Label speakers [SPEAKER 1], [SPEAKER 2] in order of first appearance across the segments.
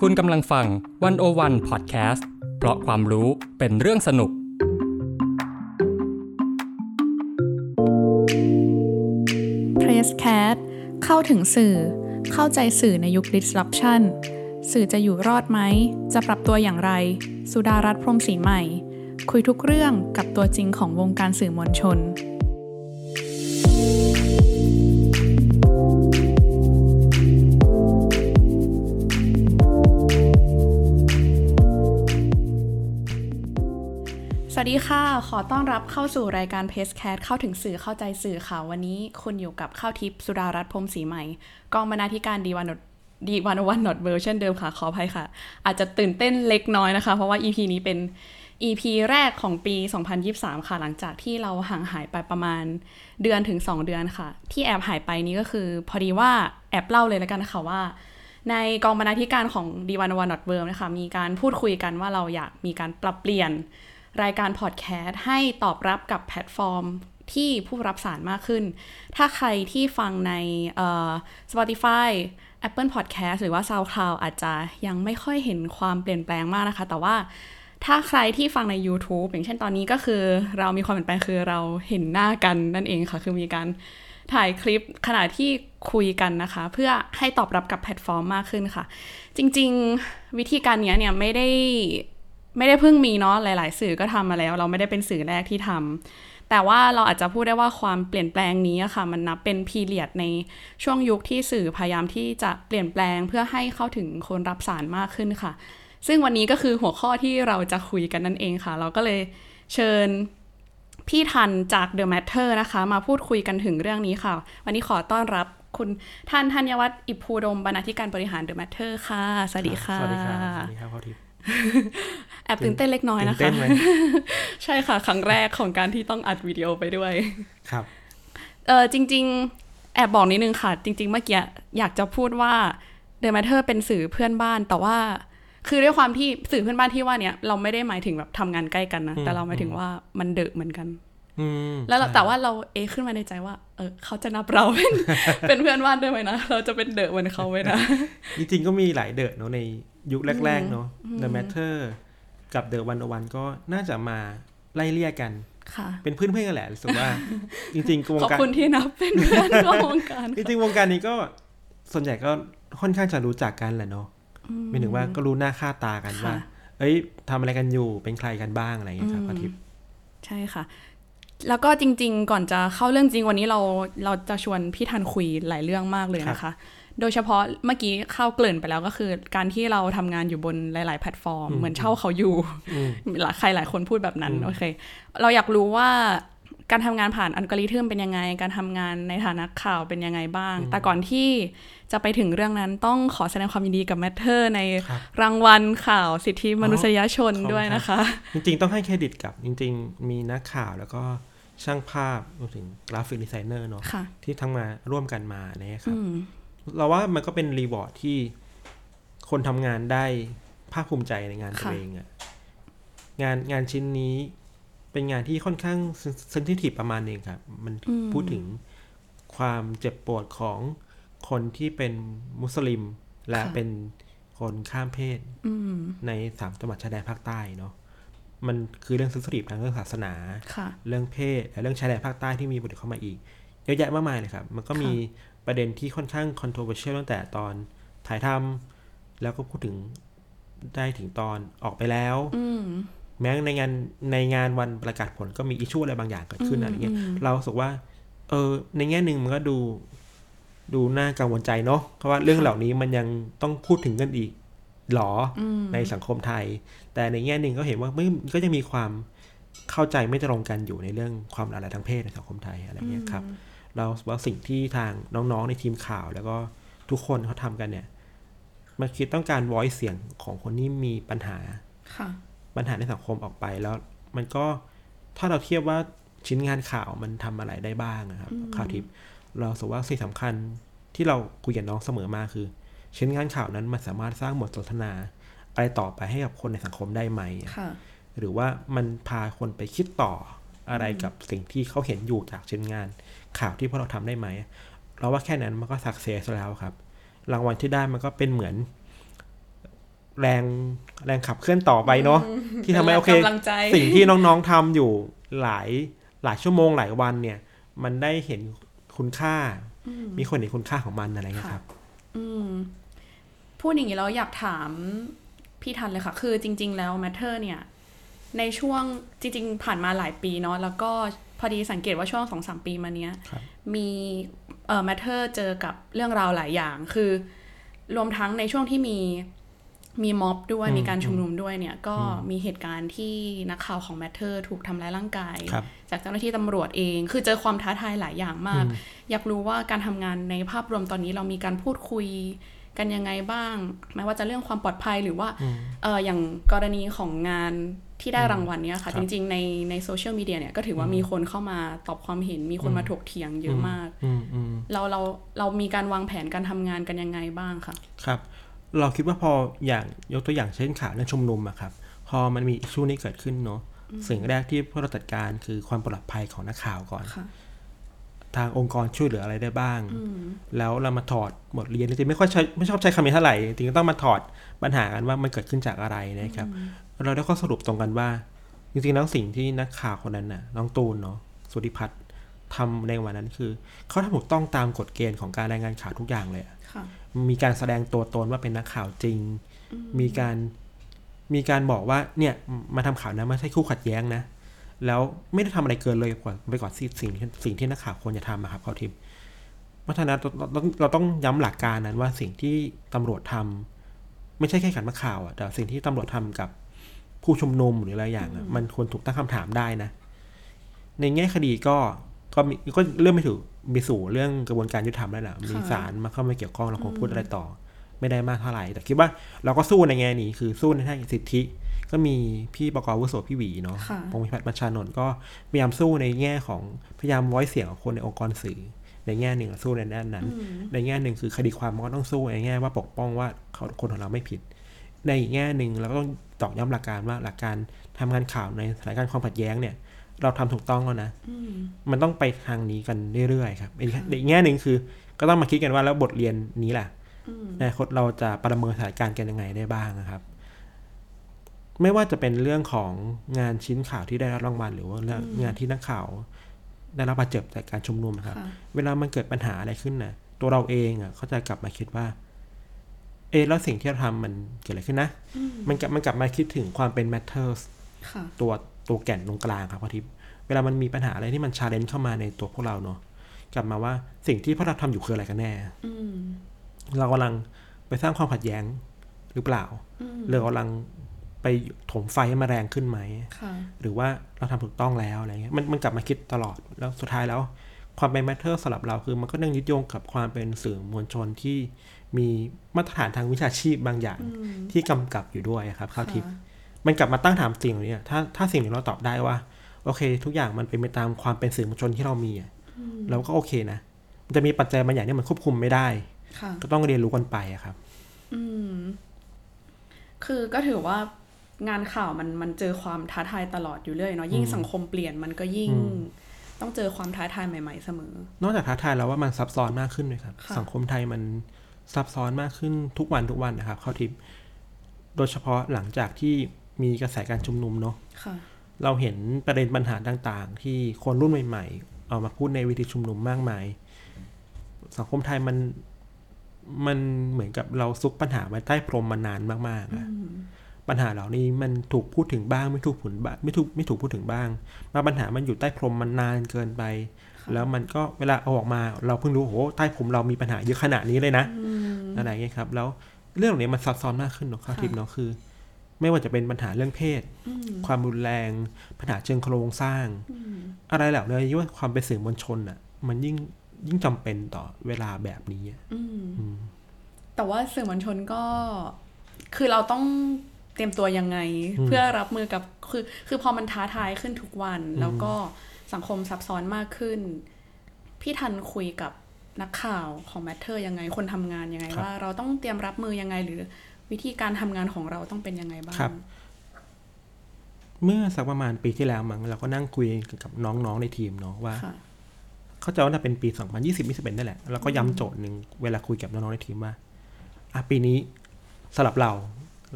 [SPEAKER 1] คุณกำลังฟังวันโอวันพอดแคสต์เพราะความรู้เป็นเรื่องสนุก
[SPEAKER 2] Press Cat เข้าถึงสื่อ เข้าใจสื่อในยุค disruption สื่อจะอยู่รอดไหม จะปรับตัวอย่างไร สุดารัตน์พรหมศรีใหม่ คุยทุกเรื่องกับตัวจริงของวงการสื่อมวลชน สวัสดีค่ะ ขอต้อนรับเข้าสู่รายการเพจแคสเข้าถึงสื่อเข้าใจสื่อค่ะ วันนี้คุณอยู่กับข้าวทิพย์สุดารัตน์พรหมศรีใหม่ กองบรรณาธิการดีวันดีวันวันนอตเวอร์เช่นเดิมค่ะ ขออภัยค่ะ อาจจะตื่นเต้นเล็กน้อยนะคะ เพราะว่า EP นี้เป็น EP แรกของปี 2023 ค่ะ หลังจากที่เราห่างหายไปประมาณเดือนถึง 2 เดือนค่ะ ที่แอบหายไปนี้ก็คือ พอดีว่าแอบเล่าเลยแล้วกันค่ะว่า ในกองบรรณาธิการของดีวันวันนอตเวิร์มนะคะมีการพูดคุยกันว่าเราอยากมีการปรับเปลี่ยน รายการพอดแคสต์ให้ตอบรับกับแพลตฟอร์มที่ผู้รับสารมากขึ้น ถ้าใครที่ฟังในเอ่อ Spotify Apple Podcast หรือว่า SoundCloud อาจจะยังไม่ค่อยเห็นความเปลี่ยนแปลงมากนะคะ แต่ว่าถ้าใครที่ฟังใน YouTube อย่างเช่นตอนนี้ก็คือเรามีความเปลี่ยนแปลงคือเราเห็นหน้ากันนั่นเองค่ะ คือมีการถ่ายคลิปขณะที่คุยกันนะคะ เพื่อให้ตอบรับกับแพลตฟอร์มมากขึ้นค่ะ จริงๆวิธีการเนี้ยเนี่ยไม่ได้ ไม่ได้เพิ่งมีเนาะหลาย ๆ สื่อก็ทำมาแล้ว เราไม่ได้เป็นสื่อแรกที่ทำแต่ว่าเราอาจจะพูดได้ว่าความเปลี่ยนแปลงนี้อะค่ะ มันนับเป็นพีเรียดในช่วงยุคที่สื่อพยายามที่จะเปลี่ยนแปลงเพื่อให้เข้าถึงคนรับสารมากขึ้นค่ะ ซึ่งวันนี้ก็คือหัวข้อที่เราจะคุยกันนั่นเองค่ะ เราก็เลยเชิญพี่ทันจาก The Matter นะคะ มาพูดคุยกันถึงเรื่องนี้ค่ะ วันนี้ขอต้อนรับคุณท่านธัญวัฒน์อิภูดมบรรณาธิการบริหาร The Matter ค่ะสวัสดีค่ะ
[SPEAKER 3] สวัสดีครับสวัสดีครับพ่อทิพย์
[SPEAKER 2] แอบตื่นเต้นเล็กน้อย
[SPEAKER 3] ตื่
[SPEAKER 2] นะ
[SPEAKER 3] น
[SPEAKER 2] คะ
[SPEAKER 3] เต้น ไหม
[SPEAKER 2] ใช่ค่ะ ครั้งแรกของการที่ต้องอัดวิดีโอไปด้วย
[SPEAKER 3] ครับ
[SPEAKER 2] เออจริง ๆ แอบบอกนิดนึงค่ะ จริง ๆ เมื่อกี้อยากจะพูดว่า The Matter เป็นสื่อเพื่อนบ้าน แต่ว่า คือด้วยความที่สื่อเพื่อนบ้านที่ว่าเนี่ยเราไม่ได้หมายถึงแบบทำงานใกล้กันนะ
[SPEAKER 3] อืม
[SPEAKER 2] แต่เราหมายถึงว่ามันเดอะเหมือนกัน
[SPEAKER 3] อืม
[SPEAKER 2] แล้วเรา
[SPEAKER 3] ใช่
[SPEAKER 2] แต่ว่าเราเอะขึ้นมาในใจว่า เออเขาจะนับเราเป็น เป็นเพื่อนบ้านด้วยไหมนะ เราจะเป็นเดอะเหมือนเขาไหมนะ
[SPEAKER 3] จริงๆก็มีหลายเดอะเนาะในยุคแรก ๆ เนาะ The Matter กับ The 101 ก็น่าจะมาไล่เลี่ยกัน
[SPEAKER 2] ค่ะ
[SPEAKER 3] เป็นเพื่อนๆกันแหละรู้สึก ว่า จริงๆวง
[SPEAKER 2] ขอบ
[SPEAKER 3] การ
[SPEAKER 2] คุณที่นับเป็นเพื่อนร่วมวงการ
[SPEAKER 3] จริงๆวงการนี้ก็ส่วนใหญ่ก็ค่อนข้างจะรู้จักกันแหละเนาะหมายถึงว่าก็รู้หน้าค่าตากัน
[SPEAKER 2] ค่ะ
[SPEAKER 3] ว่า เอ้ยทำอะไรกันอยู่เป็นใครกันบ้างอะไรอย่างเงี้ยครับพ่อทิพย์
[SPEAKER 2] ใช่ค่ะ แล้วก็จริงๆ ก่อนจะเข้าเรื่องจริงวันนี้เราเราจะชวนพี่ทันคุยหลายเรื่องมากเลยนะคะ โดยเฉพาะเมื่อกี้เข้าเกริ่นไปแล้วก็คือ การที่เราทำงานอยู่บนหลาย ๆ แพลตฟอร์ม เหมือนเช่าเขาอยู่
[SPEAKER 3] อืม
[SPEAKER 2] หลายใครหลายคนพูดแบบนั้น
[SPEAKER 3] อืม
[SPEAKER 2] โอเค เราอยากรู้ว่าการทำงานผ่านอัลกอริทึมเป็นยังไง การทำงานในฐานะข่าวเป็นยังไงบ้าง แต่ก่อนที่จะไปถึงเรื่องนั้นต้องขอแสดงความยินดีกับแมทเทอร์ใน
[SPEAKER 3] ครับ
[SPEAKER 2] รางวัลข่าวสิทธิมนุษยชน
[SPEAKER 3] อ๋อขอบคุณ
[SPEAKER 2] ด้วย
[SPEAKER 3] ครับ
[SPEAKER 2] นะคะ
[SPEAKER 3] จริงๆ ต้องให้เครดิตกับจริง ๆ มีนักข่าวแล้วก็ช่างภาพรวมถึงกราฟิกดีไซเนอร์เนาะ
[SPEAKER 2] ค่ะ
[SPEAKER 3] ที่ทั้งมาร่วมกันมาเนี่ยครั
[SPEAKER 2] อื
[SPEAKER 3] บ
[SPEAKER 2] ม
[SPEAKER 3] เราว่ามันก็เป็นรีวอร์ดที่คนทำงานได้ภาคภูมิใจในงานตัว
[SPEAKER 2] ค่ะ
[SPEAKER 3] เองอะงานงานชิ้นนี้เป็นงานที่ค่อนข้างเซนซิทีฟประมาณหนึ่งครับ มันพูดถึงความเจ็บปวดของคนที่เป็นมุสลิม และเป็นคนข้ามเพศ
[SPEAKER 2] อืม
[SPEAKER 3] ในสามจังหวัดชายแดนภาคใต้เนาะมันคือเรื่องเซนซิทีฟทางเรื่องศาสนา
[SPEAKER 2] ค่ะ
[SPEAKER 3] เรื่องเพศและเรื่องชายแดนภาคใต้ที่มีบทเข้ามาอีก เยอะแยะมากมายเลยครับ มันก็มีประเด็นที่ค่อนข้าง controversial ตั้งแต่ตอนถ่ายทำแล้วก็พูดถึงได้ถึงตอนออกไปแล้ว
[SPEAKER 2] อืม
[SPEAKER 3] แม้ในงานในงานวันประกาศผลก็มีอิชชูอะไรบางอย่างเกิดขึ้นอะไรเงี้ย
[SPEAKER 2] อืม
[SPEAKER 3] เรารู้สึกว่า เออ ในแง่หนึ่งมันก็ดู ดูน่ากังวลใจเนาะเพราะว่าเรื่องเหล่านี้มันยังต้องพูดถึงกันอีกหรอ
[SPEAKER 2] อืม
[SPEAKER 3] ในสังคมไทย แต่ในแง่หนึ่งก็เห็นว่าไม่ก็จะมีความเข้าใจไม่ตรงกันอยู่ในเรื่องความหลากหลายทางเพศในสังคมไทยอะไรเงี้ยครับ เราว่าสิ่งที่ทางน้องๆในทีมข่าว แล้วก็ทุกคนเขาทำกันเนี่ยมันคือต้องการ voice เสียงของคนที่มีปัญหา
[SPEAKER 2] ค่ะ
[SPEAKER 3] ปัญหาในสังคมออกไปแล้ว มันก็ถ้าเราเทียบว่าชิ้นงานข่าวมันทำอะไรได้บ้างนะครับข่าวทิพย์เราสกว่าสิ่งสำคัญที่เราคุยกับน้องเสมอมาคือ ชิ้นงานข่าวนั้นมันสามารถสร้างบทสนทนา อะไรต่อไปให้กับคนในสังคมได้ไหม
[SPEAKER 2] ค่ะ
[SPEAKER 3] หรือว่ามันพาคนไปคิดต่ออะไรกับสิ่งที่เขาเห็นอยู่จากชิ้นงานข่าวที่พวกเราทำได้ไหม เราว่าแค่นั้นมันก็สักเซสแล้วครับ รางวัลที่ได้มันก็เป็นเหมือน แรงแรงขับเคลื่อนต่อไปเนาะที่ทำให้โอเค
[SPEAKER 2] ป็นแรงกำลังใจ
[SPEAKER 3] สิ่งที่น้องๆทำอยู่หลายหลายชั่วโมงหลายวันเนี่ย มันได้เห็นคุณค่า มีคนเห็นคุณค่าของมันอะไรเงี้ย
[SPEAKER 2] ค่ะ
[SPEAKER 3] ครับ
[SPEAKER 2] อืมพูดอย่างนี้แล้วอยากถามพี่ทันเลยค่ะ คือจริง ๆ แล้วแมทเทอร์เนี่ย ในช่วงจริง ๆ ผ่านมาหลายปีเนาะแล้วก็พอดีสังเกตว่าช่วงสองสามปีมาเนี้ย
[SPEAKER 3] ครับ
[SPEAKER 2] มีเอ่อแมทเทอร์เจอกับเรื่องราวหลายอย่าง คือ รวมทั้งในช่วงที่มีมีม็อบด้วยมีการชุมนุมด้วยเนี่ย ก็มีเหตุการณ์ที่นักข่าวของแมทเทอร์ถูกทำร้ายร่างกาย
[SPEAKER 3] ครับ
[SPEAKER 2] จากเจ้าหน้าที่ตำรวจเอง คือเจอความท้าทายหลายอย่างมาก อยากรู้ว่าการทำงานในภาพรวมตอนนี้เรามีการพูดคุยกันยังไงบ้าง ไม่ว่าจะเรื่องความปลอดภัยหรือว่าเอออย่างกรณีของงานที่ได้รางวัลเนี่ยค่ะ
[SPEAKER 3] ครั
[SPEAKER 2] จ
[SPEAKER 3] บ
[SPEAKER 2] ริง ๆ ในในโซเชียลมีเดียเนี่ยก็ถือว่ามีคนเข้ามาตอบความเห็น มีคนมาถกเถียงเยอะมาก
[SPEAKER 3] อืมอืม
[SPEAKER 2] เราเราเรามีการวางแผนการทำงานกันยังไงบ้างคะ
[SPEAKER 3] ครับ เราคิดว่าพออย่างยกตัวอย่างเช่นข่าวเรื่องชุมนุมอะครับ พอมันมีช่วงนี้เกิดขึ้นเนาะสิ่งแรกที่พวกเราจัดการคือความปลอดภัยของนักข่าวก่อน
[SPEAKER 2] ค่ะ
[SPEAKER 3] ทางองค์กรช่วยเหลืออะไรได้บ้าง แล้วเรามาถอดบทเรียนจริงๆไม่ค่อยใช้ไม่ชอบใช้คำนี้เท่าไหร่จริงๆก็ต้องมาถอดปัญหากันว่ามันเกิดขึ้นจากอะไรนะครับ เราได้ข้อสรุปตรงกันว่า จริงๆแล้วสิ่งที่นักข่าวคนนั้นน่ะน้องตูนเนาะสุธิพัฒน์ทำในวันนั้นคือ เขาทำถูกต้องตามกฎเกณฑ์ของการรายงานข่าวทุกอย่างเลยอะ
[SPEAKER 2] ค่ะ
[SPEAKER 3] มีการแสดงตัวตนว่าเป็นนักข่าวจริง มีการมีการบอกว่าเนี่ยมาทำข่าวนะไม่ใช่คู่ขัดแย้งนะ แล้วไม่ได้ทำอะไรเกินเลยกว่าไปกว่าสิ่งสิ่งสิ่งที่นักข่าวควรจะทำอะครับเขาทิพย์เพราะฉะนั้นเราเราเราต้องย้ำหลักการนั้นว่าสิ่งที่ตำรวจทำไม่ใช่แค่ขันมาข่าวอะแต่สิ่งที่ตำรวจทำกับผู้ชุมนุมหรืออะไรอย่างอะมันควรถูกตั้งคำถามได้นะ ในแง่คดีก็ก็มีก็เรื่องไม่ถูกมีสู่เรื่องกระบวนการยุติธรรมแล้วแหละมี
[SPEAKER 2] ค่ะ
[SPEAKER 3] ศาลมาเข้ามาเกี่ยวข้องเราคงพูดอะไรต่อ ไม่ได้มากเท่าไหร่ แต่คิดว่าเราก็สู้ในแง่นี้คือสู้ในทางสิทธิ ก็มีพี่ประกอบวุโสพี่หวีเนาะ
[SPEAKER 2] ค่ะ
[SPEAKER 3] พงพิพัฒน์มัชชานนท์ก็พยายามสู้ในแง่ของพยายามร้อยเสียงของคนในองค์กรสื่อ ในแง่หนึ่งเราสู้ในด้านนั้น ในแง่หนึ่งคือคดีความมันก็ต้องสู้ในแง่ว่าปกป้องว่าเขาคนของเราไม่ผิด ในอีกแง่หนึ่งเราก็ต้องตอกย้ำหลักการว่าหลักการทำงานข่าวในสถานการณ์ความขัดแย้งเนี่ย เราทำถูกต้องแล้วนะ มันต้องไปทางนี้กันเรื่อยๆครับอีกอีกแง่หนึ่งคือ ก็ต้องมาคิดกันว่าแล้วบทเรียนนี้ล่ะอนาคตเราจะประเมินสถานการณ์กันยังไงได้บ้างนะครับ ไม่ว่าจะเป็นเรื่องของงานชิ้นข่าวที่ได้รับรางวัลหรือว่าเรื่องงานที่นักข่าว ได้รับบาดเจ็บจากการชุมนุมนะครับ
[SPEAKER 2] ค่ะ
[SPEAKER 3] เวลามันเกิดปัญหาอะไรขึ้นนะตัวเราเองอ่ะเขาจะกลับมาคิดว่า เอะแล้วสิ่งที่เราทำมันเกิดอะไรขึ้นนะ มันกลับมันกลับมาคิดถึงความเป็น matters
[SPEAKER 2] ค่ะ
[SPEAKER 3] ตัวตัวแก่นตรงกลางครับพอทิพย์เวลามันมีปัญหาอะไรที่มันชาเลนจ์เข้ามาในตัวพวกเราเนาะกลับมาว่าสิ่งที่พวกเราทำอยู่คืออะไรกันแน่
[SPEAKER 2] อืม
[SPEAKER 3] เรากำลังไปสร้างความขัดแย้งหรือเปล่าหรือกำลังไปถมไฟให้มันแรงขึ้นไหม
[SPEAKER 2] ค่ะ
[SPEAKER 3] หรือว่าเราทำถูกต้องแล้วอะไรเงี้ยมันมันกลับมาคิดตลอดแล้วสุดท้ายแล้ว ความเป็นแมทเทอร์สำหรับเราคือมันก็ยังยึดโยงกับความเป็นสื่อมวลชนที่มีมาตรฐานทางวิชาชีพบางอย่างที่กำกับอยู่ด้วยครับครับทิพย์มันกลับมาตั้งถามสิ่งเหล่านี้ถ้าถ้าสิ่งเหล่านี้เราตอบได้ว่า โอเค ทุกอย่างมันเป็นไปตามความเป็นสื่อมวลชนที่เรามีอะเราก็โอเคนะมันจะมีปัจจัยบางอย่างที่มันควบคุมไม่ได้
[SPEAKER 2] ค่ะ
[SPEAKER 3] ก็ต้องเรียนรู้กันไปอะครับ
[SPEAKER 2] อืม คือก็ถือว่างานข่าวมันมันเจอความท้าทายตลอดอยู่เรื่อยเนาะยิ่งสังคมเปลี่ยนมันก็ยิ่ง ต้องเจอความท้าทายใหม่ ๆ เสมอ
[SPEAKER 3] นอกจากท้าทายแล้วว่ามันซับซ้อนมากขึ้นด้วยครับ
[SPEAKER 2] ค่ะ
[SPEAKER 3] สังคมไทยมันซับซ้อนมากขึ้นทุกวันทุกวันนะครับ เข้าทิพย์โดยเฉพาะหลังจากที่มีกระแสการชุมนุมเนาะ
[SPEAKER 2] ค่ะ
[SPEAKER 3] เราเห็นประเด็นปัญหาต่างๆ ที่คนรุ่นใหม่ๆ เอามาพูดในเวิธีชุมนุมมากมาย สังคมไทยมันมันเหมือนกับเราซุกปัญหาไว้ใต้พรมมานานมากๆอะปัญหาเหล่านี้มันถูกพูดถึงบ้างไม่ถูกผลบ้างไม่ถูกไม่ถูกพูดถึงบ้างมาปัญหามันอยู่ใต้พรมมันนานเกินไป แล้วมันก็เวลาเอาออกมา เราเพิ่งรู้โอ้โหใต้พรมเรามีปัญหาเยอะขนาดนี้เลยนะอะไรอย่างเงี้ยครับ แล้วเรื่องเหล่านี้มันซับซ้อนมากขึ้นเนาะครับ
[SPEAKER 2] ค่ะ
[SPEAKER 3] ทิพย์เนาะคือ ไม่ว่าจะเป็นปัญหาเรื่องเพศ ความรุนแรง ปัญหาเชิงโครงสร้าง อะไรเหล่านี้ยิ่งว่าความเป็นสื่อมวลชนอ่ะ มันยิ่งยิ่งจำเป็นต่อเวลาแบบนี้อะ
[SPEAKER 2] อืม แต่ว่าสื่อมวลชนก็ คือเราต้องเตรียมตัวยังไง เพื่อรับมือกับคือ คือพอมันท้าทายขึ้นทุกวัน แล้วก็สังคมซับซ้อนมากขึ้น พี่ทันคุยกับนักข่าวของแมทเทอร์ยังไง คนทำงานยังไง
[SPEAKER 3] ครับ
[SPEAKER 2] ว่าเราต้องเตรียมรับมือยังไง หรือวิธีการทำงานของเราต้องเป็นยังไงบ้าง
[SPEAKER 3] ครับ เมื่อสักประมาณปีที่แล้วมั้งเราก็นั่งคุยกับน้องๆในทีมเนาะว่า
[SPEAKER 2] ค่ะ
[SPEAKER 3] เข้าใจว่าน่าเป็นปี 2020 21นั่นแหละ แล้วก็ย้ำโจทย์หนึ่งเวลาคุยกับน้องๆในทีมว่าอ่ะปีนี้สำหรับเรา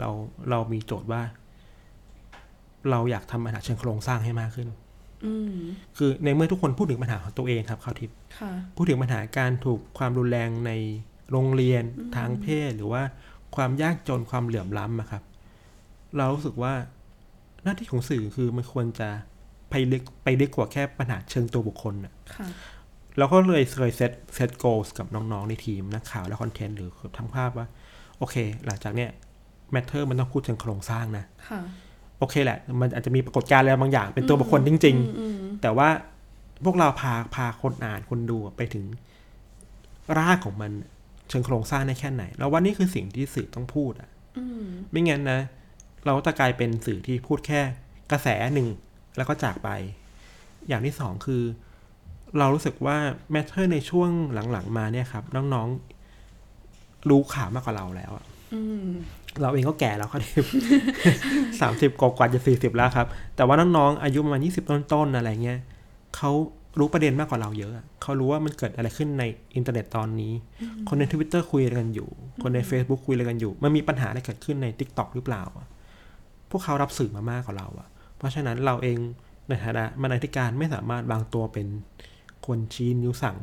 [SPEAKER 3] เราเรามีโจทย์ว่า เราอยากทำปัญหาเชิงโครงสร้างให้มากขึ้น
[SPEAKER 2] อืม
[SPEAKER 3] คือในเมื่อทุกคนพูดถึงปัญหาของตัวเองครับข้าวทิพย์
[SPEAKER 2] ค่ะ
[SPEAKER 3] พูดถึงปัญหาการถูกความรุนแรงในโรงเรียนทางเพศ หรือว่าความยากจนความเหลื่อมล้ำอะครับ เรารู้สึกว่าหน้าที่ของสื่อคือมันควรจะไปลึกไปลึกกว่าแค่ปัญหาเชิงตัวบุคคลอะ
[SPEAKER 2] ค่ะ
[SPEAKER 3] เราก็เลยเคยเซตเซตโกลกับน้องๆ ในทีมนักข่าวและคอนเทนต์หรือทำภาพว่า โอเค หลังจากเนี้ยแมทเทอร์มันต้องพูดถึงโครงสร้างนะ
[SPEAKER 2] ค่ะ
[SPEAKER 3] โอเคแหละ มันอาจจะมีปรากฏการณ์อะไรบางอย่างเป็นตัวบุคคลจริง
[SPEAKER 2] อืม
[SPEAKER 3] ๆ แต่ว่าพวกเราพาพาคนอ่านคนดูไปถึงรากของมันเชิงโครงสร้างได้แค่ไหน แล้วว่านี่คือสิ่งที่สื่อต้องพูดอะ
[SPEAKER 2] อืม
[SPEAKER 3] ไม่งั้นนะ เราจะกลายเป็นสื่อที่พูดแค่กระแสหนึ่งแล้วก็จากไป อย่างที่สองคือ เรารู้สึกว่าแมทเทอร์ในช่วงหลังๆ มาเนี่ยครับ น้องๆ รู้ข่าวมากกว่าเราแล้วอะ
[SPEAKER 2] อืม
[SPEAKER 3] เราเองก็แก่แล้วครับ สามสิบกว่าๆจะสี่สิบแล้วครับ แต่ว่าน้องๆ อายุประมาณยี่สิบต้นๆอะไรเงี้ยเขารู้ประเด็นมากกว่าเราเยอะอะเขารู้ว่ามันเกิดอะไรขึ้นในอินเทอร์เน็ตตอนนี้ คนในทวิตเตอร์คุยอะไรกันอยู่ คนใน Facebook คุยอะไรกันอยู่ มันมีปัญหาอะไรเกิดขึ้นใน t ิ k t o k หรือเปล่าอะพวกเขารับสื่อมามากกว่าเราอะเพราะฉะนั้นเราเองในฐานะบรรณาธิการไม่สามารถวางตัวเป็นคนชี้นิ้วสั่ง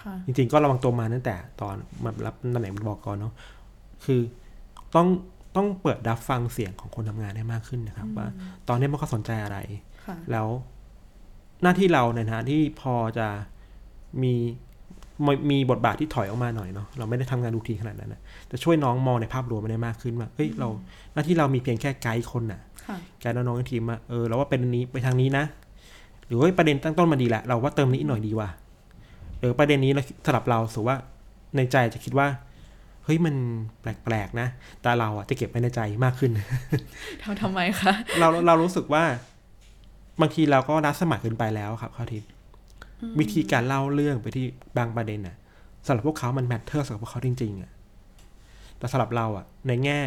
[SPEAKER 2] ค่ะ
[SPEAKER 3] จริงๆ ก็ระวังตัวมาตั้งแต่ตอนมารับตำแหน่งบกเนาะ คือต้องต้องเปิดรับฟังเสียงของคนทำงานให้มากขึ้นนะครับ ว่าตอนนี้มันเขาสนใจอะไร
[SPEAKER 2] ค่ะ
[SPEAKER 3] แล้วหน้าที่เราในฐานะที่พอจะมีมมีบทบาทที่ถอยออกมาหน่อยเนาะเราไม่ได้ทำงานรูทีนขนาดนั้นนะจะช่วยน้องมองในภาพรวมมันได้มากขึ้นว่าเฮ้ยเราหน้าที่เรามีเพียงแค่ไกด์คนน่ะ
[SPEAKER 2] ค่ะ
[SPEAKER 3] การน้องๆในทีมว่าเออเราว่าประเด็นนี้ไปทางนี้นะ หรือว่าประเด็นตั้งต้นมาดีแหละ เราว่าเติมนี้หน่อยดีว่ะหรือประเด็นนี้เราสำหรับเราสูว่าในใจจะคิดว่าเฮ้ยมันแปลกๆนะ แต่เราอ่ะจะเก็บไว้ในใจมากขึ้น
[SPEAKER 2] ทำทำไมคะ
[SPEAKER 3] เราเรารู้สึกว่า บางทีเราก็รัดสมัครเกินไปแล้วครับข้าวทิพย์วิธีการเล่าเรื่องไปที่บางประเด็นน่ะสำหรับพวกเขามันแมทเทอร์สำหรับพวกเขาจริงๆอ่ะแต่สำหรับเราอ่ะ ในแง่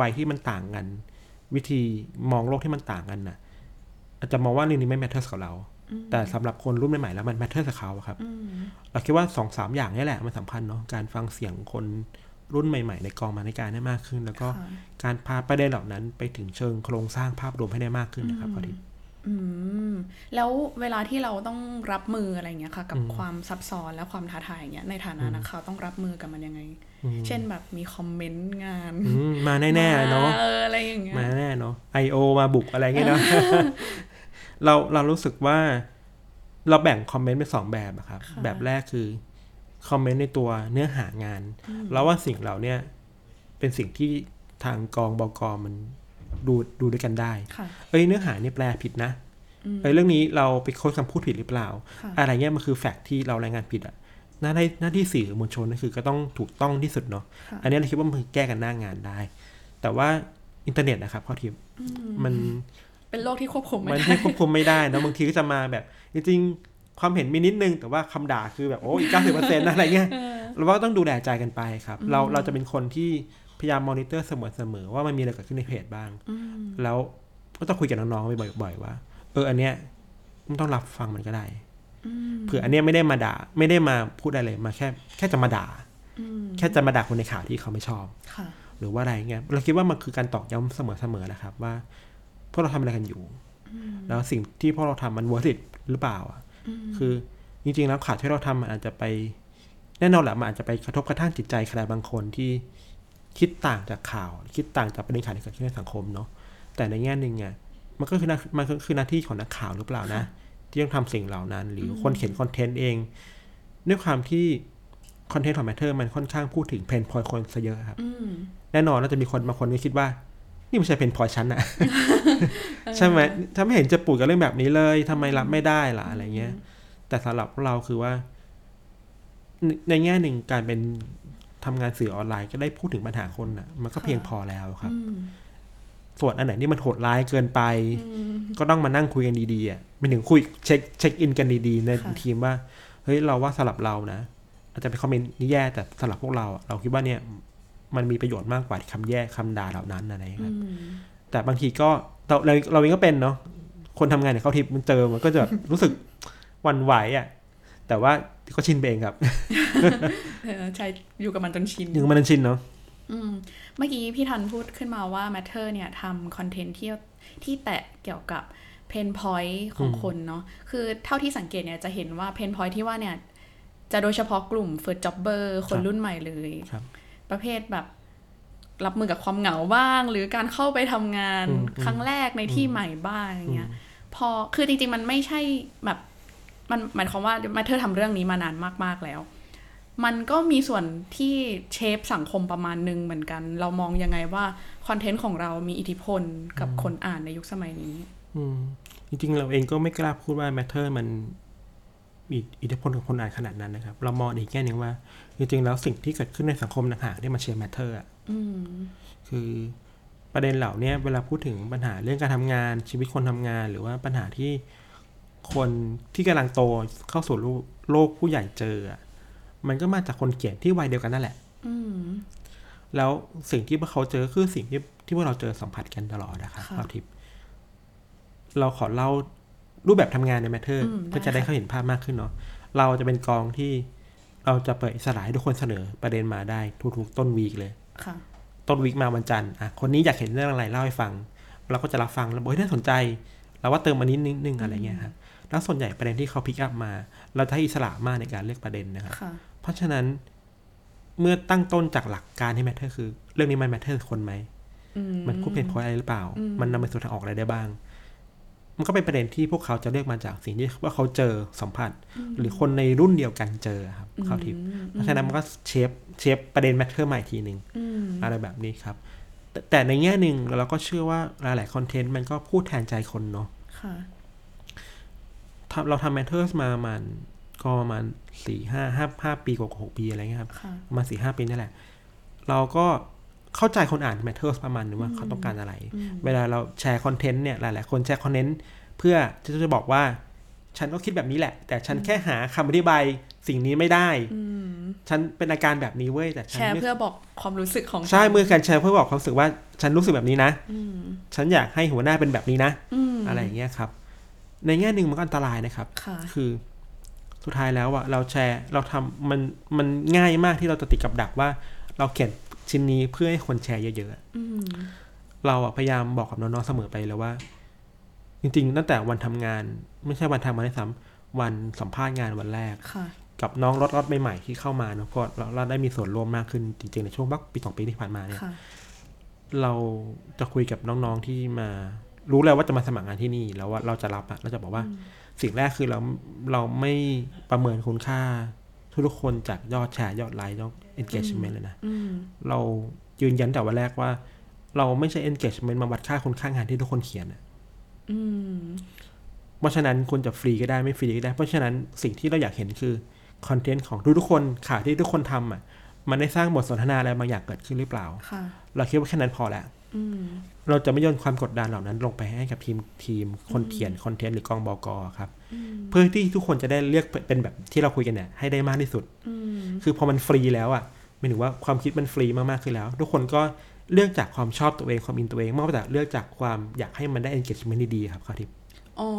[SPEAKER 3] วัยที่มันต่างกัน วิธีมองโลกที่มันต่างกันน่ะ อาจจะมองว่าเรื่องนี้ไม่แมทเทอร์สกับเรา แต่สำหรับคนรุ่นใหม่ๆแล้วมันแมทเทอร์สกับเขาอะครับ
[SPEAKER 2] อืม
[SPEAKER 3] เราคิดว่าสองสามอย่างนี่แหละมันสำคัญเนาะการฟังเสียงคนรุ่นใหม่ ๆ ในกองมาในการได้มากขึ้น แล้วก็
[SPEAKER 2] ค่ะ
[SPEAKER 3] การพาประเด็นเหล่านั้นไปถึงเชิงโครงสร้างภาพรวมให้ได้มากขึ้นนะครับพอดี
[SPEAKER 2] อืมแล้วเวลาที่เราต้องรับมืออะไรอย่างเงี้ยค่ะ กับความซับซ้อนและความท้าทายอย่างเงี้ยในฐานะนักข่าวต้องรับมือกับมันยังไง
[SPEAKER 3] อืม
[SPEAKER 2] เช่นแบบมีคอมเมนต์งาน
[SPEAKER 3] อืมมาแน่ๆเนาะ
[SPEAKER 2] มเอออะไรอย่างเงี้ย
[SPEAKER 3] มาแน่เนาะ I.O. มาบุกอะไรเงี้ยเนาะ เราเรารู้สึกว่า เราแบ่งคอมเมนต์เป็นสองแบบอะครับ แบบแรกคือ คอมเมนต์ในตัวเนื้อหางาน แล้วว่าสิ่งเหล่าเนี้ยเป็นสิ่งที่ทางกองบกมันดูดูด้วยกันได้
[SPEAKER 2] ค่ะ
[SPEAKER 3] เอ้ยเนื้อหาเนี่ยแปลผิดนะ เอ้ยเรื่องนี้เราไปค้นคำพูดผิดหรือเปล่า
[SPEAKER 2] ค่ะ
[SPEAKER 3] อะไรเงี้ยมันคือแฟกต์ที่เรารายงานผิดอ่ะ หน้าที่หน้าที่สื่อมวลชนก็คือก็ต้องถูกต้องที่สุดเนาะ อันเนี้ยเราคิดว่ามันแก้กันหน้างานได้ แต่ว่าอินเทอร์เน็ตนะครับข้อทิพย์มัน
[SPEAKER 2] เป็นโรคที่ควบคุมไม่
[SPEAKER 3] มัน
[SPEAKER 2] ได้
[SPEAKER 3] ที่ควบคุมไม่ได้นะบางทีก็จะมาแบบ จริงๆความเห็นมีนิดนึง แต่ว่าคำด่าคือแบบโอ้ยเก้าสิบเปอร์เซ็นต์อะไรเงี้ยเราก็ต้องดูแลใจกันไปครับ เราเราจะเป็นคนที่พยายามมอนิเตอร์เสมอๆว่ามันมีอะไรเกิดขึ้นในเพจบ้าง
[SPEAKER 2] อืม
[SPEAKER 3] แล้วก็ต้องคุยกับน้องๆบ่อยๆว่า เอออันเนี้ยไม่ต้องรับฟังมันก็ได้
[SPEAKER 2] อืม
[SPEAKER 3] เผื่ออันเนี้ยไม่ได้มาด่า ไม่ได้มาพูดอะไรเลยมาแค่ แค่จะมาด่า
[SPEAKER 2] อืม
[SPEAKER 3] แค่จะมาด่าคนในข่าวที่เขาไม่ชอบ
[SPEAKER 2] ค่ะ
[SPEAKER 3] หรือว่าอะไรเงี้ยเราคิดว่ามันคือการตอกย้ำเสมอๆนะครับ ว่า พวกเราทำอะไรกันอยู่ แล้วสิ่งที่พวกเราทำมัน worth it หรือเปล่าอ่ะคือจริงๆแล้วข่าวที่เราทำมันอาจจะไป แน่นอนแหละมันอาจจะไปกระทบกระทั่งจิตใจใครบางคนที่คิดต่างจากข่าว คิดต่างจากประเด็นข่าวที่เกิดขึ้นในสังคมเนาะแต่ในแง่หนึ่งอ่ะมันก็คือหน้ามันก็คือหน้าที่ของนักข่าวหรือเปล่านะ ที่ต้องทำสิ่งเหล่านั้น หรือคนเขียนคอนเทนต์เอง ด้วยความที่คอนเทนต์ของแมทเทอร์มันค่อนข้างพูดถึงเพนพอยคนซะเยอะครับ
[SPEAKER 2] อืม
[SPEAKER 3] แน่นอนน่าจะมีคนบางคนที่คิดว่า นี่ไม่ใช่เพนพอยชั้นอะ ใช่ไหมถ้าไม่เห็นจะปูดกับเรื่องแบบนี้เลยทำไมรับไม่ได้ล่ะอะไรเงี้ย แต่สำหรับเราคือว่า ในในแง่หนึ่งการเป็นทำงานสื่อออนไลน์ก็ได้พูดถึงปัญหาคนอ่ะ มันก็เพียงพอแล้วครับ
[SPEAKER 2] อืม
[SPEAKER 3] ส่วนอันไหนที่มันโหดร้ายเกินไป ก็ต้องมานั่งคุยกันดีๆอ่ะไปถึงคุยเช็คเช็คอินกันดีๆในทีมว่า เฮ้ยเราว่าสำหรับเรานะ อาจจะเป็นคอมเมนต์นี่แย่แต่สำหรับพวกเราอะเราคิดว่าเนี่ย มันมีประโยชน์มากกว่าคำแย่คำด่าเหล่านั้นอะไรอย่างเงี้ยค
[SPEAKER 2] อื
[SPEAKER 3] รับ
[SPEAKER 2] ม
[SPEAKER 3] แต่บางทีก็เราเราเราเองก็เป็นเนาะคนทำงานเนี่ยเขาทิปมันเจอมันก็จะแบบ รู้สึกหวันไหวอะ่ะ แต่ว่าก็ชินไปเองครับ
[SPEAKER 2] เออใช่อยู่กับมันจนชิน
[SPEAKER 3] ยังไมันชินเนาะ
[SPEAKER 2] อืม เมื่อกี้พี่ทันพูดขึ้นมาว่า Matter เนี่ยทำคอนเทนต์ที่ที่แตะเกี่ยวกับเพนพอยต์ของคนเนาะคือเท่าที่สังเกตเนี่ยจะเห็นว่าเพนพอยต์ที่ว่าเนี่ย จะโดยเฉพาะกลุ่ม First Jobber คน
[SPEAKER 3] ครับ
[SPEAKER 2] รุ่นใหม่เลย
[SPEAKER 3] ครับ
[SPEAKER 2] ประเภทแบบ รับมือกับความเหงาบ้าง หรือการเข้าไปทำงานครั้งแรกในที่ใหม่บ้างอย่างเงี้ย พอคือจริงๆ มันไม่ใช่แบบ มันหมายความว่ามาเธอทำเรื่องนี้มานานมากๆแล้ว มันก็มีส่วนที่เชฟสังคมประมาณหนึ่งเหมือนกัน เรามองยังไงว่า คอนเทนต์ของเรามีอิทธิพลกับคนอ่านในยุคสมัยนี้
[SPEAKER 3] อืมจริงๆ เราเองก็ไม่กล้าพูดว่า Matter มันมีอิทธิพลกับคนอ่านขนาดนั้นนะครับ เรามองอีกแง่หนึ่งว่า จริงๆ แล้วสิ่งที่เกิดขึ้นในสังคมต่างหากที่มันเชียร์ Matter อะ
[SPEAKER 2] อืม
[SPEAKER 3] คือประเด็นเหล่าเนี้ยเวลาพูดถึงปัญหาเรื่องการทำงานชีวิตคนทำงาน หรือว่าปัญหาที่คนที่กำลังโตเข้าสู่โลกโลกผู้ใหญ่เจออะมันก็มาจากคนเขียนที่วัยเดียวกันนั่นแหละ
[SPEAKER 2] อืม
[SPEAKER 3] แล้วสิ่งที่พวกเขาเจอคือสิ่งที่ที่พวกเราเจอสัมผัสกันตลอดนะคะ
[SPEAKER 2] ค่ะ
[SPEAKER 3] เราทิพย์เราขอเล่ารูปแบบทำงานในแมทเทอร์
[SPEAKER 2] อืม
[SPEAKER 3] เพื่อจะ
[SPEAKER 2] ได้ค่ะ
[SPEAKER 3] ได้เข้าเห็นภาพมากขึ้นเนาะเราจะเป็นกองที่เราจะเปิดอิสระให้ทุกคนเสนอประเด็นมาได้ทุกๆต้นวีคเลย
[SPEAKER 2] ค่ะ
[SPEAKER 3] ต้นวีคมาวันจันทร์อ่ะคนนี้อยากเห็นเรื่องอะไรเล่าให้ฟัง เราก็จะรับฟังแล้วบอกเฮ้ยน่าสนใจ เราว่าเติมอันนี้นิดนึงอะไรเงี้ยครับแล้วส่วนใหญ่ประเด็นที่เขาพิกอัพมา เราจะให้อิสระมากในการเลือกประเด็นนะครับ
[SPEAKER 2] ค่ะ
[SPEAKER 3] เพราะฉะนั้นเมื่อตั้งต้นจากหลักการที่ matter คือ เรื่องนี้มัน matter กับคนไหม
[SPEAKER 2] อืม
[SPEAKER 3] มันคู่เพนพอยอะไรหรือเปล่า
[SPEAKER 2] อืม
[SPEAKER 3] มันนำไปสู่ทางออกอะไรได้บ้าง มันก็เป็นประเด็นที่พวกเขาจะเลือกมาจากสิ่งที่ว่าเขาเจอสัมผัส หรือคนในรุ่นเดียวกันเจอครับเขาทิพย์
[SPEAKER 2] อืม
[SPEAKER 3] เพราะฉะนั้นมันก็เชฟเชฟประเด็น matter ใหม่ทีหนึ่ง
[SPEAKER 2] อืม
[SPEAKER 3] อะไรแบบนี้ครับ แต่แต่ในแง่หนึ่งเราก็เชื่อว่าหลายๆคอนเทนต์มันก็พูดแทนใจคนเนาะ
[SPEAKER 2] ค่ะ
[SPEAKER 3] ทำเราทำแมทเทอร์สมาประมาณก็ประมาณสี่ห้าห้าห้าปีกว่าหกปีอะไรเงี้ยครับ
[SPEAKER 2] ค่ะ
[SPEAKER 3] ประมาณสี่ห้าปีนี่แหละ เราก็เข้าใจคนอ่านแมทเทอร์สประมาณนึงว่าเขาต้องการอะไร เวลาเราแชร์คอนเทนต์เนี่ยหลาย ๆ คนแชร์คอนเทนต์เพื่อที่จะบอกว่า ฉันก็คิดแบบนี้แหละ แต่ฉันแค่หาคำอธิบายสิ่งนี้ไม่ได้
[SPEAKER 2] อืม
[SPEAKER 3] ฉันเป็นอาการแบบนี้เว้ยแต่ฉั
[SPEAKER 2] แช
[SPEAKER 3] น
[SPEAKER 2] ร์
[SPEAKER 3] ไม่
[SPEAKER 2] เพื่อบอกความรู้สึกของ
[SPEAKER 3] ใช่เมื่อการแชร์เพื่อบอกความรู้สึกว่าฉันรู้สึกแบบนี้นะ
[SPEAKER 2] อืม
[SPEAKER 3] ฉันอยากให้หัวหน้าเป็นแบบนี้นะ
[SPEAKER 2] อืม
[SPEAKER 3] อะไรอย่างเงี้ยครับ ในแง่หนึ่งมันก็อันตรายนะครับ
[SPEAKER 2] ค่ะ
[SPEAKER 3] คือสุดท้ายแล้วอะเราแชร์เราทำมันมันง่ายมากที่เราจะติดกับดักว่า เราเขียนชิ้นนี้เพื่อให้คนแชร์เยอะๆอะ
[SPEAKER 2] อืม
[SPEAKER 3] เราอะพยายามบอกกับน้องๆเสมอไปแล้วว่า จริงๆตั้งแต่วันทำงาน ไม่ใช่วันทำงานด้วยซ้ำวันสัมภาษณ์งานวันแรก
[SPEAKER 2] ค่ะ
[SPEAKER 3] กับน้องรถรถใหม่ๆที่เข้ามาเนอะก็เราเราได้มีส่วนร่วมมากขึ้นจริงๆในช่วงบักปีสองปีที่ผ่านมาเนี่ย
[SPEAKER 2] ค่ะ
[SPEAKER 3] เราจะคุยกับน้องๆที่มา รู้แล้วว่าจะมาสมัครงานที่นี่แล้วว่าเราจะรับอะเราจะบอกว่า สิ่งแรกคือเราเราไม่ประเมินคุณค่า ทุกๆคนจากยอดแชร์ยอดไลค์ยอด engagement เลยนะ
[SPEAKER 2] อืม
[SPEAKER 3] เรายืนยันแต่วันแรกว่า เราไม่ใช่ engagement มาวัดค่าคุณค่างานที่ทุกคนเขียนอะ
[SPEAKER 2] อืม
[SPEAKER 3] เพราะฉะนั้นคุณจะฟรีก็ได้ไม่ฟรีก็ได้ เพราะฉะนั้นสิ่งที่เราอยากเห็นคือคอนเทนต์ของทุกๆคนข่าวที่ทุกคนทำอ่ะมันได้สร้างบทสนทนาอะไรบางอย่างเกิดขึ้นหรือเปล่า
[SPEAKER 2] ค่ะ
[SPEAKER 3] เราคิดว่าแค่นั้นพอแล้ว
[SPEAKER 2] อืม
[SPEAKER 3] เราจะไม่โยนความกดดันเหล่านั้นลงไปให้กับทีมทีมคนเขียนคอนเทนต์หรือกองบอกอครับ เพื่อที่ทุกคนจะได้เลือกเป็นแบบที่เราคุยกันเนี่ยให้ได้มากที่สุด
[SPEAKER 2] อืม
[SPEAKER 3] คือพอมันฟรีแล้วอ่ะหมายถึงว่าความคิดมันฟรีมากๆขึ้นแล้ว ทุกคนก็เลือกจากความชอบตัวเองความอินตัวเองมากกว่าจากเลือกจากความอยากให้มันได้ engagement ดีๆครับครับทิพย์
[SPEAKER 2] อ๋อ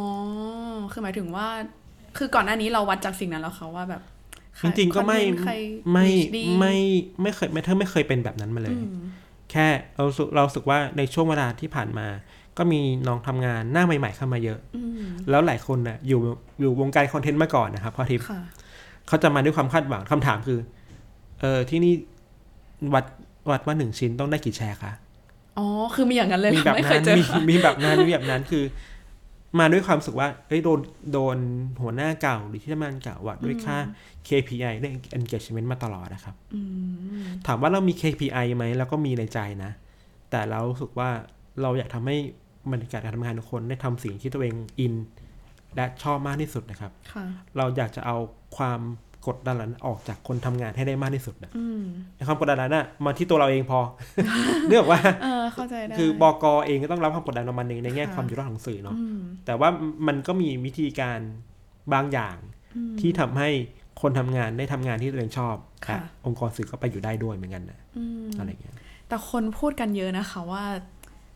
[SPEAKER 2] คือหมายถึงว่า คือก่อนหน้านี้เราวัดจากสิ่งนั้นแล้วค่ะว่าแบบใค
[SPEAKER 3] จริงๆ ก็ไม่
[SPEAKER 2] คอนเทนต์ใคร
[SPEAKER 3] ไม่
[SPEAKER 2] ดี
[SPEAKER 3] ไม่ไม่เคยแมทเธอไม่เคยเป็นแบบนั้นมาเล
[SPEAKER 2] อื
[SPEAKER 3] ย
[SPEAKER 2] ม
[SPEAKER 3] แค่เรารู้สึกเรารู้สึกว่าในช่วงเวลาที่ผ่านมา ก็มีน้องทำงานหน้าใหม่ ๆ เข้ามาเยอะ
[SPEAKER 2] อืม
[SPEAKER 3] แล้วหลายคนน่ะอยู่อยู่วงการคอนเทนต์มาก่อนนะครับพอทิพย์
[SPEAKER 2] ค่ะ
[SPEAKER 3] เขาจะมาด้วยความคาดหวังคำถามคือ เออที่นี่วัดวัดว่าหนึ่งชิ้นต้องได้กี่แชร์คะ
[SPEAKER 2] อ๋อ คือมีอย่างนั้นเลยเหร
[SPEAKER 3] มี
[SPEAKER 2] อ
[SPEAKER 3] แบบ
[SPEAKER 2] ไม่เค
[SPEAKER 3] นั้
[SPEAKER 2] ย
[SPEAKER 3] น
[SPEAKER 2] เจอ
[SPEAKER 3] มี
[SPEAKER 2] ค่ะ
[SPEAKER 3] มีแบบนั้นมีแบบนั้นคือ มาด้วยความรู้สึกว่าเอ้ยโดนโดนหัวหน้าเก่าหรือที่ทำงานเก่าวัดด้วยค่า KPI เรื่อง engagement มาตลอดนะครับ
[SPEAKER 2] อืม
[SPEAKER 3] ถามว่าเรามี KPI ไหมเราก็มีในใจนะ แต่เรารู้สึกว่าเราอยากทำให้บรรยากาศการทำงานทุกคนได้ทำสิ่งที่ตัวเองอิน และชอบมากที่สุดนะครับ
[SPEAKER 2] ค่ะ
[SPEAKER 3] เราอยากจะเอาความกดดันเหล่านั้นออกจากคนทำงานให้ได้มากที่สุดนะ
[SPEAKER 2] อืม
[SPEAKER 3] ไอ้ความกดดันนั้นน่ะมาที่ตัวเราเองพอ เนื่องว่า
[SPEAKER 2] เออ เข้าใจได้
[SPEAKER 3] คือบกเองก็ต้องรับความกดดันประมาณหนึงในแง่ความอยู่รอดของสื่อเนาะ
[SPEAKER 2] อืม
[SPEAKER 3] แต่ว่ามันก็มีวิธีการบางอย่าง
[SPEAKER 2] อืม
[SPEAKER 3] ที่ทำให้คนทำงานได้ทำงานที่ตัวเองชอบ
[SPEAKER 2] ค่ะ
[SPEAKER 3] แต่องค์กรสื่อก็ไปอยู่ได้ด้วยเหมือนกันนะ
[SPEAKER 2] อืม
[SPEAKER 3] อะไรอย่างเงี้ย
[SPEAKER 2] แต่คนพูดกันเยอะนะคะว่า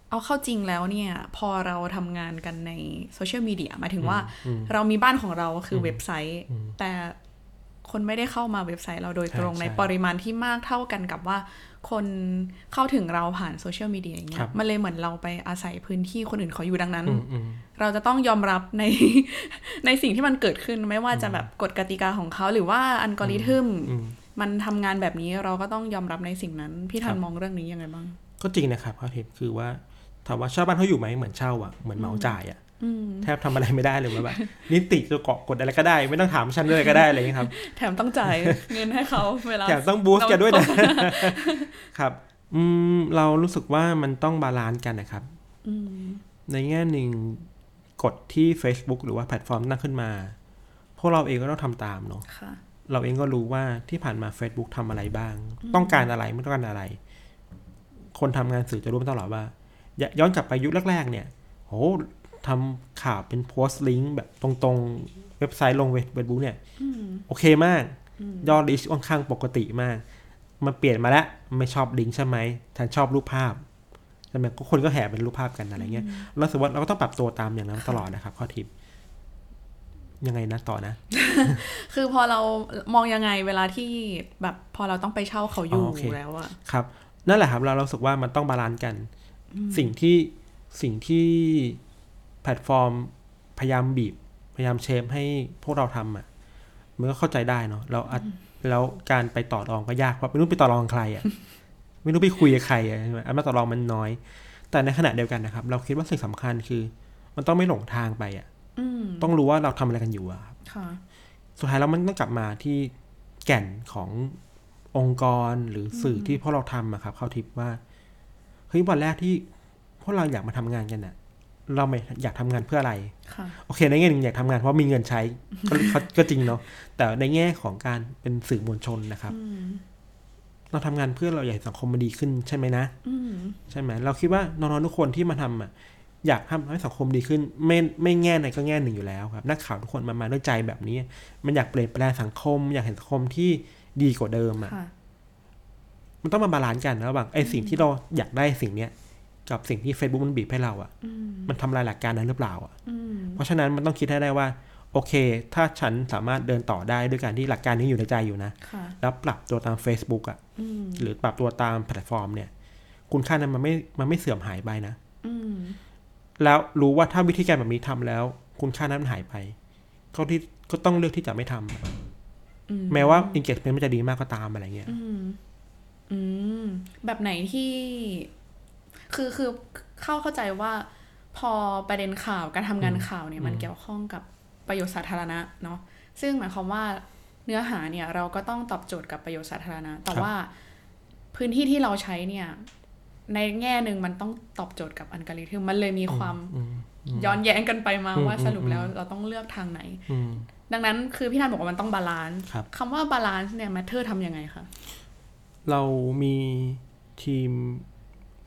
[SPEAKER 2] เอาเข้าจริงแล้วเนี่ย พอเราทำงานกันในโซเชียลมีเดียหมายถึงว่า เรามีบ้านของเราคืออเว็บไซต์ แต่ค คนไม่ได้เข้ามาเว็บไซต์เราโดยตรง
[SPEAKER 3] ใช่
[SPEAKER 2] ใน
[SPEAKER 3] ใช่
[SPEAKER 2] ปริมาณที่มากเท่ากันกับว่า คนเข้าถึงเราผ่านโซเชียลมีเดียอย่างเงี้
[SPEAKER 3] ครั
[SPEAKER 2] ย
[SPEAKER 3] บ
[SPEAKER 2] มันเลยเหมือนเราไปอาศัยพื้นที่คนอื่นเขาอยู่ดังนั้น
[SPEAKER 3] อืมอืม
[SPEAKER 2] เราจะต้องยอมรับใน ในสิ่งที่มันเกิดขึ้นไม่ว่าจะแบบกฎกติกาของเขาหรือว่าอัลกอริทึม
[SPEAKER 3] อืม
[SPEAKER 2] มันทำงานแบบนี้เราก็ต้องยอมรับในสิ่งนั้น พี่ทั
[SPEAKER 3] คน รับ
[SPEAKER 2] มองเรื่องนี้ยังไงบ้าง
[SPEAKER 3] ก็จริงนะครับข้อเท็จคือว่าถามว่าเช่าบ้านเขาอยู่ไหมเหมือนเช่าอ่ะเหมือนเหมาจ่ายอ่ะ
[SPEAKER 2] อืม
[SPEAKER 3] แทบทำอะไรไม่ได้เลยว่าแบบ นิติจะเกาะกดอะไรก็ได้ ไม่ต้องถามฉันเลยก็ได้อะไรอย่างเงี้ยครับ
[SPEAKER 2] แถมต้อง จ่าย เงินให้เขาเวลา
[SPEAKER 3] แถมต้องบูสต์
[SPEAKER 2] เรา
[SPEAKER 3] กันด้วยนะ ครับ อืมเรารู้สึกว่ามันต้องบาลานซ์กันนะครับ
[SPEAKER 2] อืม
[SPEAKER 3] ในแง่หนึ่งกฎที่ Facebook หรือว่าแพลตฟอร์มตั้งขึ้นมา พวกเราเองก็ต้องทำตามเนาะ
[SPEAKER 2] ค่ะ
[SPEAKER 3] เราเองก็รู้ว่าที่ผ่านมา Facebook ทำอะไรบ้าง ต้องการอะไรไม่ต้องการอะไร คนทำงานสื่อจะรู้มาตลอดว่าย้ย้อนกลับไปยุคแรกๆ เนี่ยโหทำข่าวเป็นโพสต์ลิงก์แบบตรงๆ เว็บไซต์ลงเว็บบุ๊กเนี่ย
[SPEAKER 2] อืม
[SPEAKER 3] โอเคมาก ยอดลิชค่อนข้างปกติมาก มันเปลี่ยนมาแล้ว ไม่ชอบลิงก์ใช่ไหมฉันชอบรูปภาพใช่ไหมก็คนก็แห่เป็นรูปภาพกันอะไรเงี้ยเรารู้สึกว่าเราก็ต้องปรับตัวตามอย่างนั้นตลอดนะครับ ข้อทิปยังไงนะต่อนะ
[SPEAKER 2] คือพอเรามองยังไงเวลาที่แบบพอเราต้องไปเช่าเขาอ
[SPEAKER 3] อ๋
[SPEAKER 2] ยู่
[SPEAKER 3] อโอเค
[SPEAKER 2] แล้วอะ
[SPEAKER 3] ครับ นั่นแหละครับ เราเรารู้สึกว่ามันต้องบาลานซ์กัน สิ่งที่สิ่งที่แพลตฟอร์ม พยายามบีบ พยายามเชฟให้พวกเราทำอ่ะมันก็เข้าใจได้เนาะเราอาจแล้วการไปต่อรองก็ยากเพราะไม่รู้ไปต่อรองใครอ่ะ ไม่รู้ไปคุยกับใครอ่ะใช่ไหมอำนาจต่อรองมันน้อย แต่ในขณะเดียวกันนะครับ เราคิดว่าสิ่งสำคัญคือ มันต้องไม่หลงทางไปอ่ะ
[SPEAKER 2] อืม
[SPEAKER 3] ต้องรู้ว่าเราทำอะไรกันอยู่อ่ะ
[SPEAKER 2] ค่ะ
[SPEAKER 3] สุดท้ายแล้วมันต้องกลับมาที่แก่นขององค์กรหรือสื่อที่พวกเราทำอะครับ เข้าทิปว่าเฮ้ยวันแรกที่พวกเราอยากมาทำงานกันน่ะ เราไม่อยากทำงานเพื่ออะไร
[SPEAKER 2] ค่ะ
[SPEAKER 3] โอเค ในแง่หนึ่งอยากทำงานเพราะมีเงินใช้ก็ก็ก็จริงเนาะแต่ในแง่ของการเป็นสื่อมวลชนนะครับ
[SPEAKER 2] อืม
[SPEAKER 3] เราทำงานเพื่อเราอยากให้สังคมมันดีขึ้นใช่ไหมนะ
[SPEAKER 2] อืม
[SPEAKER 3] ใช่ไหมเราคิดว่าน้องๆทุกคนที่มาทำอ่ะอยากทำให้สังคมดีขึ้น ไม่ไม่แง่ไหนก็แง่หนึ่งอยู่แล้วครับ นักข่าวทุกคนมามาด้วยใจแบบนี้ มันอยากเปลี่ยนแปลงสังคม อยากเห็นสังคมที่ดีกว่าเดิมอ่ะ
[SPEAKER 2] ค่ะ
[SPEAKER 3] มันต้องมาบาลานซ์กันระหว่างไอ้สิ่งที่เราอยากได้สิ่งเนี้ยกับสิ่งที่ Facebook มันบีบให้เราอ่ะ
[SPEAKER 2] อืม
[SPEAKER 3] มันทำลายหลักการนั้นหรือเปล่าอ่ะ
[SPEAKER 2] อืม
[SPEAKER 3] เพราะฉะนั้นมันต้องคิดให้ได้ว่า โอเค ถ้าฉันสามารถเดินต่อได้ด้วยการที่หลักการนี้อยู่ในใจอยู่นะ
[SPEAKER 2] ค่ะ
[SPEAKER 3] แล้วปรับตัวตาม Facebook อ่ะ
[SPEAKER 2] อืม
[SPEAKER 3] หรือปรับตัวตามแพลตฟอร์มเนี่ย คุณค่านั้นมันไม่มันไม่เสื่อมหายไปนะ
[SPEAKER 2] อืม
[SPEAKER 3] แล้วรู้ว่าถ้าวิธีการแบบนี้ทำแล้ว คุณค่านั้นมันหายไป ก็ที่ก็ต้องเลือกที่จะไม่ทำ
[SPEAKER 2] อืม
[SPEAKER 3] แม้ว่า engagement มันจะดีมากก็ตามอะไรเงี้ย
[SPEAKER 2] อืมอืมแบบไหนที่ คือคือเข้าเข้าใจว่า พอประเด็นข่าวการทำงานข่าวเนี่ย มันเกี่ยวข้องกับประโยชน์สาธารณะเนาะซึ่งหมายความว่าเนื้อหาเนี่ย เราก็ต้องตอบโจทย์กับประโยชน์สาธารณะ แต่
[SPEAKER 3] ครับ
[SPEAKER 2] ว่าพื้นที่ที่เราใช้เนี่ย ในแง่หนึ่งมันต้องตอบโจทย์กับอันกริทึมมันเลยมีความ
[SPEAKER 3] อืม
[SPEAKER 2] ย้อนแย้งกันไปมา
[SPEAKER 3] อืม
[SPEAKER 2] ว่าสรุป
[SPEAKER 3] อืม
[SPEAKER 2] แล้วเราต้องเลือกทางไหน
[SPEAKER 3] อืม
[SPEAKER 2] ดังนั้นคือพี่ธันบอกว่ามันต้องบาลานซ์
[SPEAKER 3] ครับ
[SPEAKER 2] คำว่าบาลานซ์เนี่ยแมทเทอร์ทำยังไงคะ
[SPEAKER 3] เรามีทีม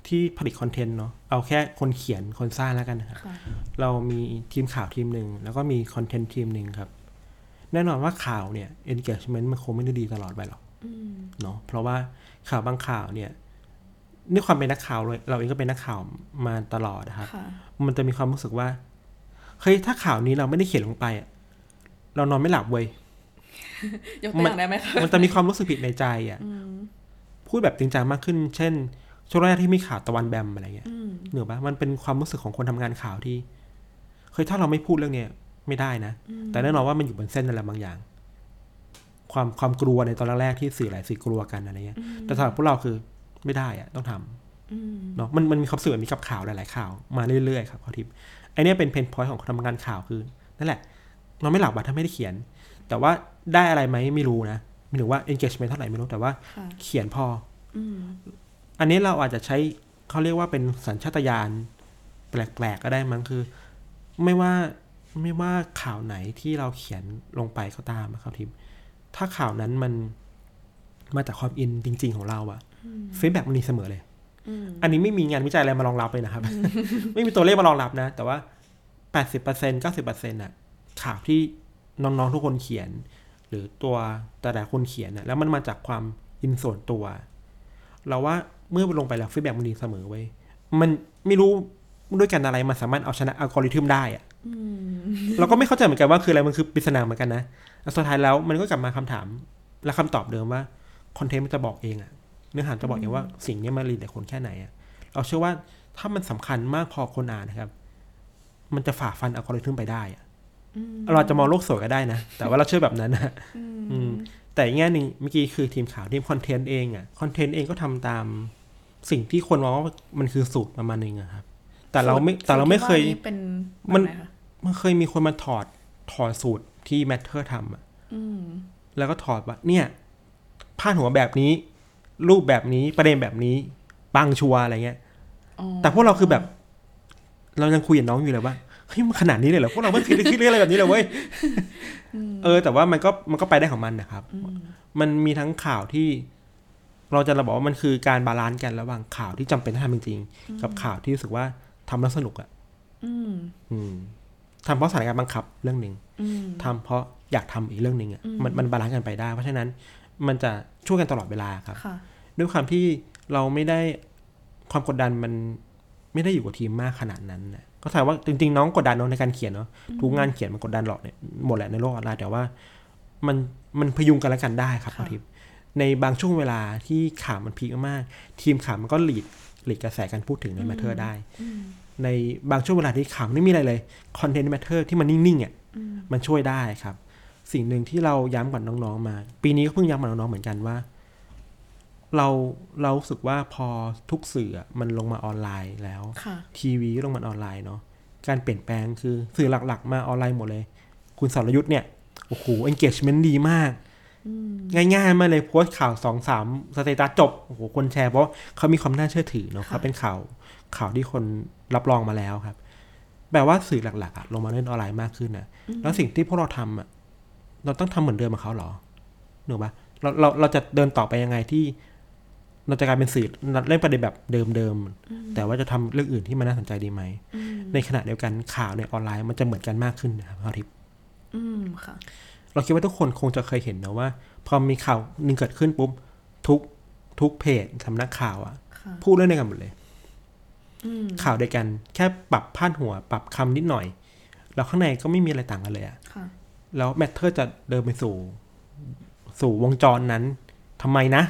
[SPEAKER 3] ที่ผลิตคอนเทนต์เนาะเอาแค่คนเขียนคนสร้างแล้วกันนะครับ
[SPEAKER 2] ค่ะ
[SPEAKER 3] เรามีทีมข่าวทีมหนึ่ง แล้วก็มีคอนเทนต์ทีมหนึ่งครับ แน่นอนว่าข่าวเนี่ย engagement มันคงไม่ได้ดีตลอดไปหรอกเนาะเพราะว่าข่าวบางข่าวเนี่ยด้วยความเป็นนักข่าวเลยเราเองก็เป็นนักข่าวมาตลอดนะครับ
[SPEAKER 2] ค่ะ
[SPEAKER 3] มันจะมีความรู้สึกว่า เฮ้ย ถ้าข่าวนี้เราไม่ได้เขียนลงไปอะเรานอนไม่หลับเว้ย
[SPEAKER 2] ยกตัวอย่างได้ไหมคะ
[SPEAKER 3] มันจะมีความรู้สึกผิดในใจอะ่ะพูดแบบจริงจังมากขึ้น เช่น ช่วงแรกที่มีข่าวตะวันแบมอะไรเงี้ยเหนือปะมันเป็นความรู้สึกของคนทำงานข่าวที่ เคยถ้าเราไม่พูดเรื่องเนี้ยไม่ได้นะ แต่แน่นอนว่ามันอยู่บนเส้นอะไรบางอย่าง ความความกลัวในตอนแรกๆที่สื่อหลายสื่อกลัวกันอะไรเงี้ย แต่สำหรับพวกเราคือไม่ได้อะต้องทำเนาะมันมันมีความรู้สื่อแบบนี้กับข่าวหลาย ๆ ข่าวมาเรื่อยๆครับข้อทิพย์ไอเนี้ยเป็นเพนพอยต์ของคนทำงานข่าวคือนั่นแหละ เราไม่หลับอะถ้าไม่ได้เขียน แต่ว่าได้อะไรไหมไม่รู้นะไม่ถึงว่า engagement เท่าไหร่ไม่รู้แต่ว่า
[SPEAKER 2] ค่ะ
[SPEAKER 3] เขียนพอ
[SPEAKER 2] อืม
[SPEAKER 3] อันนี้เราอาจจะใช้เขาเรียกว่าเป็นสัญชาตญาณแปลกๆก็ได้มั้งคือ ไม่ว่าไม่ว่าข่าวไหนที่เราเขียนลงไปก็ตามนะครับทีมถ้าข่าวนั้นมันมาจากความอินจริง ๆ ของเราอะฟีดแบ็มันดีเสมอเลย
[SPEAKER 2] อืม
[SPEAKER 3] อันนี้ไม่มีงานวิจัยอะไรมารองรับเลยนะครับ ไม่มีตัวเลขมารองรับนะ แต่ว่า 80% 90%อ่ะข่าวที่น้อง ๆ ทุกคนเขียน หรือตัวแต่ละคนเขียนน่ะแล้วมันมาจากความอินส่วนตัว เราว่าเมื่อลงไปแล้วฟีดแบ็มันดีเสมอเว้ยมันไม่รู้ด้วยกันอะไร มันสามารถเอาชนะอัลกอริทึมได้อะ
[SPEAKER 2] อืม
[SPEAKER 3] เราก็ไม่เข้าใจเหมือนกันว่าคืออะไรมันคือปริศนาเหมือนกันนะ แล้วสุดท้ายแล้วมันก็กลับมาคำถามและคำตอบเดิมว่าคอนเทนต์มันจะบอกเองอะเนื้อหาจะบอกเองว่าสิ่งเนี้ยมันรีแต่คนแค่ไหนอะเราเชื่อว่าถ้ามันสำคัญมากพอคนอ่านนะครับ มันจะฝ่าฟันอัลกอริทึมไปได้อะเราจะมองโลกสวยก็ได้นะ แต่ว่าเราเชื่อแบบนั้นนะอืมแต่อีกแง่หนึ่งเมื่อกี้คือทีมข่าวทีมคอนเทนต์เองอะคอนเทนต์เองก็ทำตามสิ่งที่คนมองว่ามันคือสูตรประมาณหนึงอะครับ แต่เราไม่แต่เราไม่เคย
[SPEAKER 2] สูตที่ว่านี่เป็น
[SPEAKER 3] มัน
[SPEAKER 2] แบบไหคะ
[SPEAKER 3] มันเคยมีคนมาถอดถอดสูตรที่แมทเทอร์ทำอะแล้วก็ถอดว่าเนี่ยพาดหัวแบบนี้ รูปแบบนี้ประเด็นแบบนี้ปังชัวร์อะไรเงี้ย
[SPEAKER 2] อ๋อ
[SPEAKER 3] แต่พวกเราคือแบบ เรายังคุยกับน้องอยู่เลยว่าเฮ้ยมันขนาดนี้เลยเหรอพวกเราไม่เคยได้คิดเรื่องอะไรแบบนี้เลยเว้ยเออ แต่ว่ามันก็มันก็ไปได้ของมันนะครับ มันมีทั้งข่าวที่ เราจะเราบอกว่ามันคือการบาลานซ์กันระหว่างข่าวที่จำเป็นต้องทำจริงๆกับข่าวที่รู้สึกว่าทำแล้วสนุกอะ
[SPEAKER 2] อืม
[SPEAKER 3] อืมทำเพราะสถานการณ์บังคับเรื่องหนึ่ง
[SPEAKER 2] อืม
[SPEAKER 3] ทำเพราะอยากทำอีกเรื่องหนึ่งอ่ะมันมันบาลานซ์กันไปได้ เพราะฉะนั้นมันจะช่วยกันตลอดเวลาครับ
[SPEAKER 2] ค่ะ
[SPEAKER 3] ด้วยความที่เราไม่ได้ความกดดันมันไม่ได้อยู่กับทีมมากขนาดนั้นนะก็แสดงว่าจริงๆน้องกดดันเนอะในการเขียนเนาะทุกงานเขียนมันกดดันหรอกเนี่ยหมดแหละในโลกออนไลน์แต่ว่า มันมันพยุงกันและกันได้ครับ
[SPEAKER 2] ค่ะ
[SPEAKER 3] คุณทิพย์ในบางช่วงเวลาที่ข่าวมันพีคมากๆทีมข่าวมันก็หลีดหลีดกระแสการพูดถึงในแมทเทอร์ได้ ในบางช่วงเวลาที่ข่าวไม่มีอะไรเลยคอนเทนต์แมทเทอร์ที่มันนิ่งๆอ่ะมันช่วยได้ครับ สิ่งหนึ่งที่เราย้ำกับน้องๆมา ปีนี้ก็เพิ่งย้ำกับน้องๆเหมือนกันว่า เราเรารู้สึกว่าพอทุกสื่ออะมันลงมาออนไลน์แล้ว
[SPEAKER 2] ค่ะ
[SPEAKER 3] ทีวีก็ลงมาออนไลน์เนาะการเปลี่ยนแปลงคือสื่อหลักๆ มาออนไลน์หมดเลย คุณสรยุทธ์เนี่ยโอ้โห engagement ดีมาก ง่ายๆมากเลยโพสต์ข่าวสองสามสเตตัสจบโอ้โหคนแชร์เพราะเขามีความน่าเชื่อถือเนาะ
[SPEAKER 2] ค่ะ
[SPEAKER 3] เขาเป็นข่าวข่าวที่คนรับรองมาแล้วครับ แปลว่าสื่อหลักๆอะลงมาเล่นออนไลน์มากขึ้นนะแล้วสิ่งที่พวกเราทำอะเราต้องทำเหมือนเดิมกับเขาเหรอหนูปะเราเราเราจะเดินต่อไปยังไงที่ เราจะกลายเป็นสื่อเล่นประเด็นแบบเดิมๆแต่ว่าจะทำเรื่องอื่นที่มันน่าสนใจดีไหม ในขณะเดียวกันข่าวในออนไลน์มันจะเหมือนกันมากขึ้นนะครับอาทิตย์
[SPEAKER 2] อืมค่ะ
[SPEAKER 3] เราคิดว่าทุกคนคงจะเคยเห็นนะว่า พอมีข่าวหนึ่งเกิดขึ้นปุ๊บทุกทุกเพจสำนักข่าวอะ
[SPEAKER 2] ค่ะ
[SPEAKER 3] พูดเรื่องเดียวกันหมดเลย
[SPEAKER 2] อืม
[SPEAKER 3] ข่าวเดียวกัน แค่ปรับพาดหัว ปรับคำนิดหน่อย แล้วข้างในก็ไม่มีอะไรต่างกันเลยอะ
[SPEAKER 2] ค่ะ
[SPEAKER 3] แล้วแมทเทอร์จะเดินไปสู่ สู่วงจรนั้นทำไมนะ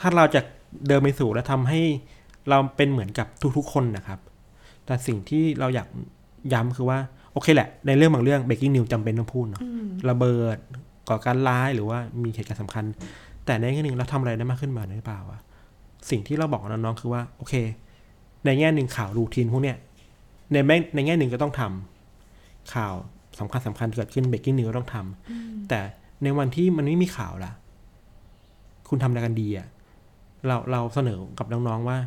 [SPEAKER 3] ถ้าเราจะเดินไปสู่และทำให้เราเป็นเหมือนกับทุกๆคนนะครับ แต่สิ่งที่เราอยากย้ำคือว่า โอเคแหละ ในเรื่องบางเรื่องเบรกิ้งนิวจำเป็นต้องพูดเนาะระเบิดก่อการร้ายหรือว่ามีเหตุการณ์สำคัญ แต่ในแง่หนึ่งเราทำอะไรได้มากขึ้นมาหรือเปล่าวะสิ่งที่เราบอกกับน้องๆคือว่า โอเค ในแง่หนึ่งข่าวรูทีนพวกเนี้ยในแม่ในแง่หนึ่งก็ต้องทำ ข่าวสำคัญสำคัญเกิดขึ้นเบรกกิ้งนิวต้องทำแต่ในวันที่มันไม่มีข่าวล่ะ คุณทำอะไรกันดีอะเราเราเสนอกับน้องๆว่า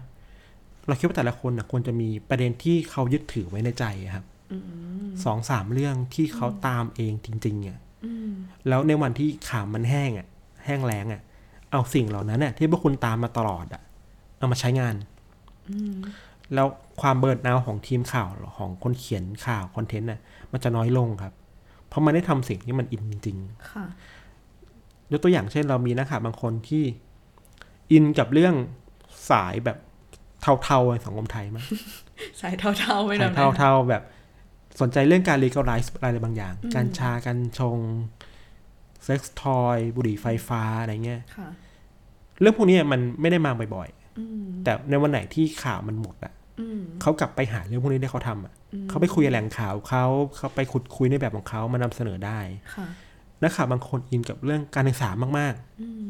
[SPEAKER 3] เราคิดว่าแต่ละคนนะควรจะมีประเด็นที่เขายึดถือไว้ในใจอะครับสองสามเรื่องที่เขาตามเองจริงๆอะแล้วในวันที่ข่าวมันแห้งอะแห้งแล้งอะเอาสิ่งเหล่านั้นอะที่พวกคุณตามมาตลอดอะเอามาใช้งาน แล้วความเบิร์นเอาท์ของทีมข่าวของคนเขียนข่าวคอนเทนต์น่ะมันจะน้อยลงครับ เพราะมันได้ทำสิ่งที่มันอินจริง
[SPEAKER 2] ค่ะ
[SPEAKER 3] ๆยกตัวอย่างเช่นเรามีนักข่าวบางคนที่อินกับเรื่องสายแบบเทาๆในสังคมไทยมาก
[SPEAKER 2] สายเทาๆไปหน่อ
[SPEAKER 3] สา
[SPEAKER 2] ย ย
[SPEAKER 3] เทาๆแบบสนใจเรื่องการ legalize อะไรบางอย่าง การชาการชงเซ็กซ์ทอยบุหรี่ไฟฟ้าอะไรเงี้ย
[SPEAKER 2] ค่ะ
[SPEAKER 3] เรื่องพวกเนี้ยมันไม่ได้มาบ่อย
[SPEAKER 2] อืม
[SPEAKER 3] ๆ แต่ในวันไหนที่ข่าวมันหมดอะ
[SPEAKER 2] อืม
[SPEAKER 3] เขากลับไปหาเรื่องพวกนี้ได้เขาทำอ่ะ เขาไปคุยกับแหล่งข่าวเขาเขาไปขุดคุยในแบบของเขามานำเสนอได้
[SPEAKER 2] ค่ะ
[SPEAKER 3] นักข่าวบางคนอินกับเรื่องการศึกษามาก
[SPEAKER 2] อืม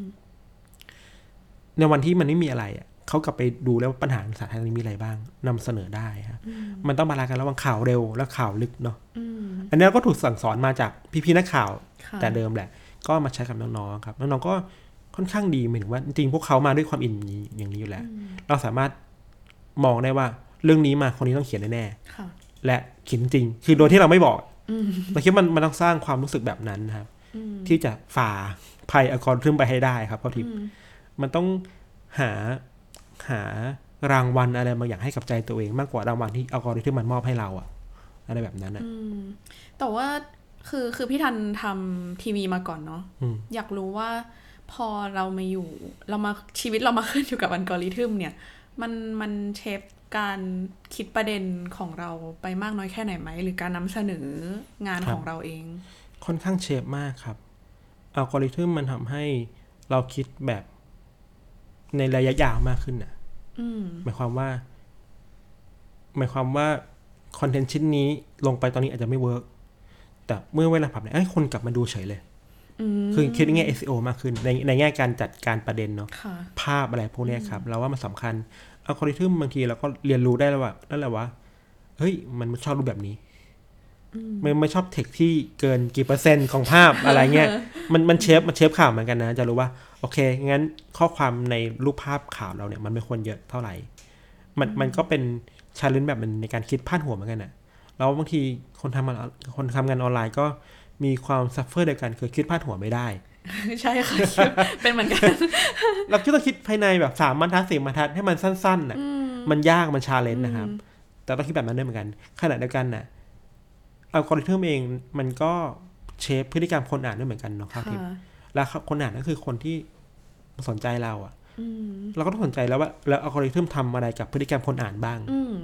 [SPEAKER 3] ๆ ในวันที่มันไม่มีอะไรอ่ะเขากลับไปดูแล้วว่าปัญหาในสาธารณะมีอะไรบ้างนำเสนอได้ครับมันต้องบาลานซ์กันระหว่างข่าวเร็วและข่าวลึกเนาะ
[SPEAKER 2] อืม
[SPEAKER 3] อันนี้เราก็ถูกสั่งสอนมาจากพี่ๆนักข่าว
[SPEAKER 2] ค่ะ
[SPEAKER 3] แต่เดิมแหละ ก็มาใช้กับน้องๆครับ น้องๆก็ค่อนข้างดีหมายถึงว่าจริงๆพวกเขามาด้วยความอินอย่างนี้อยู่แล้ว เราสามารถมองได้ว่าเรื่องนี้มาคนนี้ต้องเขียนแน่ๆ
[SPEAKER 2] ค่ะ
[SPEAKER 3] และเขียนจริง คือโดยที่เราไม่บอกเราคิดว่ามันมันต้องสร้างความรู้สึกแบบนั้นนะครับ ที่จะฝ่าภัยอากรขึ้นไปให้ได้ครับเพราะทิพย์มันต้องหาหารางวัลอะไรบางอย่างให้กับใจตัวเอง มากกว่ารางวัลที่อากรที่มันมอบให้เราอะอะไรแบบนั้นอะ
[SPEAKER 2] อืม แต่ว่าคือคือพี่ทันทำทีวีมาก่อนเนาะ
[SPEAKER 3] อืม
[SPEAKER 2] อยากรู้ว่าพอเรามาอยู่ เรามาชีวิตเรามาขึ้นอยู่กับอัลกอริทึมเนี่ย มันมันเชฟการคิดประเด็นของเราไปมากน้อยแค่ไหนไหม หรือการนำเสนองาน
[SPEAKER 3] ครับ
[SPEAKER 2] ของเราเอง
[SPEAKER 3] ค่อนข้างเชฟมากครับอัลกอริทึมมันทำให้เราคิดแบบในระยะยาวมากขึ้นน่ะ
[SPEAKER 2] อืม
[SPEAKER 3] หมายความว่า หมายความว่าคอนเทนต์ชิ้นนี้ลงไปตอนนี้อาจจะไม่เวิร์กแต่เมื่อเวลาผ่านไปเอ้ยคนกลับมาดูเฉยเลย
[SPEAKER 2] อืม
[SPEAKER 3] คือคิดในแง่ SEO มากขึ้น ในในแง่การจัดการประเด็นเนาะ
[SPEAKER 2] ค่ะ
[SPEAKER 3] ภาพอะไรพวกเนี้ยครับ เราว่ามันสำคัญอัลกอริทึมบางทีเราก็เรียนรู้ได้แล้วว่านั่นแหละว่า เฮ้ย มันชอบรูปแบบนี้ไม่ไม่ชอบเทคที่เกินกี่เปอร์เซ็นต์ของภา พ อะไรเงี้ยมันมันเชฟมันเชฟข่าวเหมือนกันนะ จะรู้ว่า โอเค งั้นข้อความในรูปภาพข่าวเราเนี่ย มันไม่ควรเยอะเท่าไหร่ มันมันก็เป็นชาเลนจ์แบบหนึงในการคิดพาดหัวเหมือนกันนะแล้วบางทีคนทำงานคนทำงานออนไลน์ก็มีความซัฟเฟอร์เดียวกันคือคิดพาดหัวไม่ได้
[SPEAKER 2] ใช่ค่ะ คิดเป็นเหมือนกัน
[SPEAKER 3] เราก็ต้องคิดภายในแบบสามบรรทัดสี่บรรทัดให้มันสั้นๆน่ะ มันยากมันชาเลนจ์นะครับ แต่ต้องคิดแบบนั้นด้วยเหมือนกัน ขณะเดียวกันน่ะอัลกอริทึมเองมันก็เชฟพฤติกรรมคนอ่านด้วยเหมือนกันเนาะครับทิพย์
[SPEAKER 2] ค่ะ
[SPEAKER 3] แล้วครับคนอ่านก็คือคนที่สนใจเราอะ
[SPEAKER 2] อืม
[SPEAKER 3] เราก็ต้องสนใจแล้วว่าแล้วอัลกอริทึมทำอะไรกับพฤติกรรมคนอ่านบ้าง
[SPEAKER 2] อืม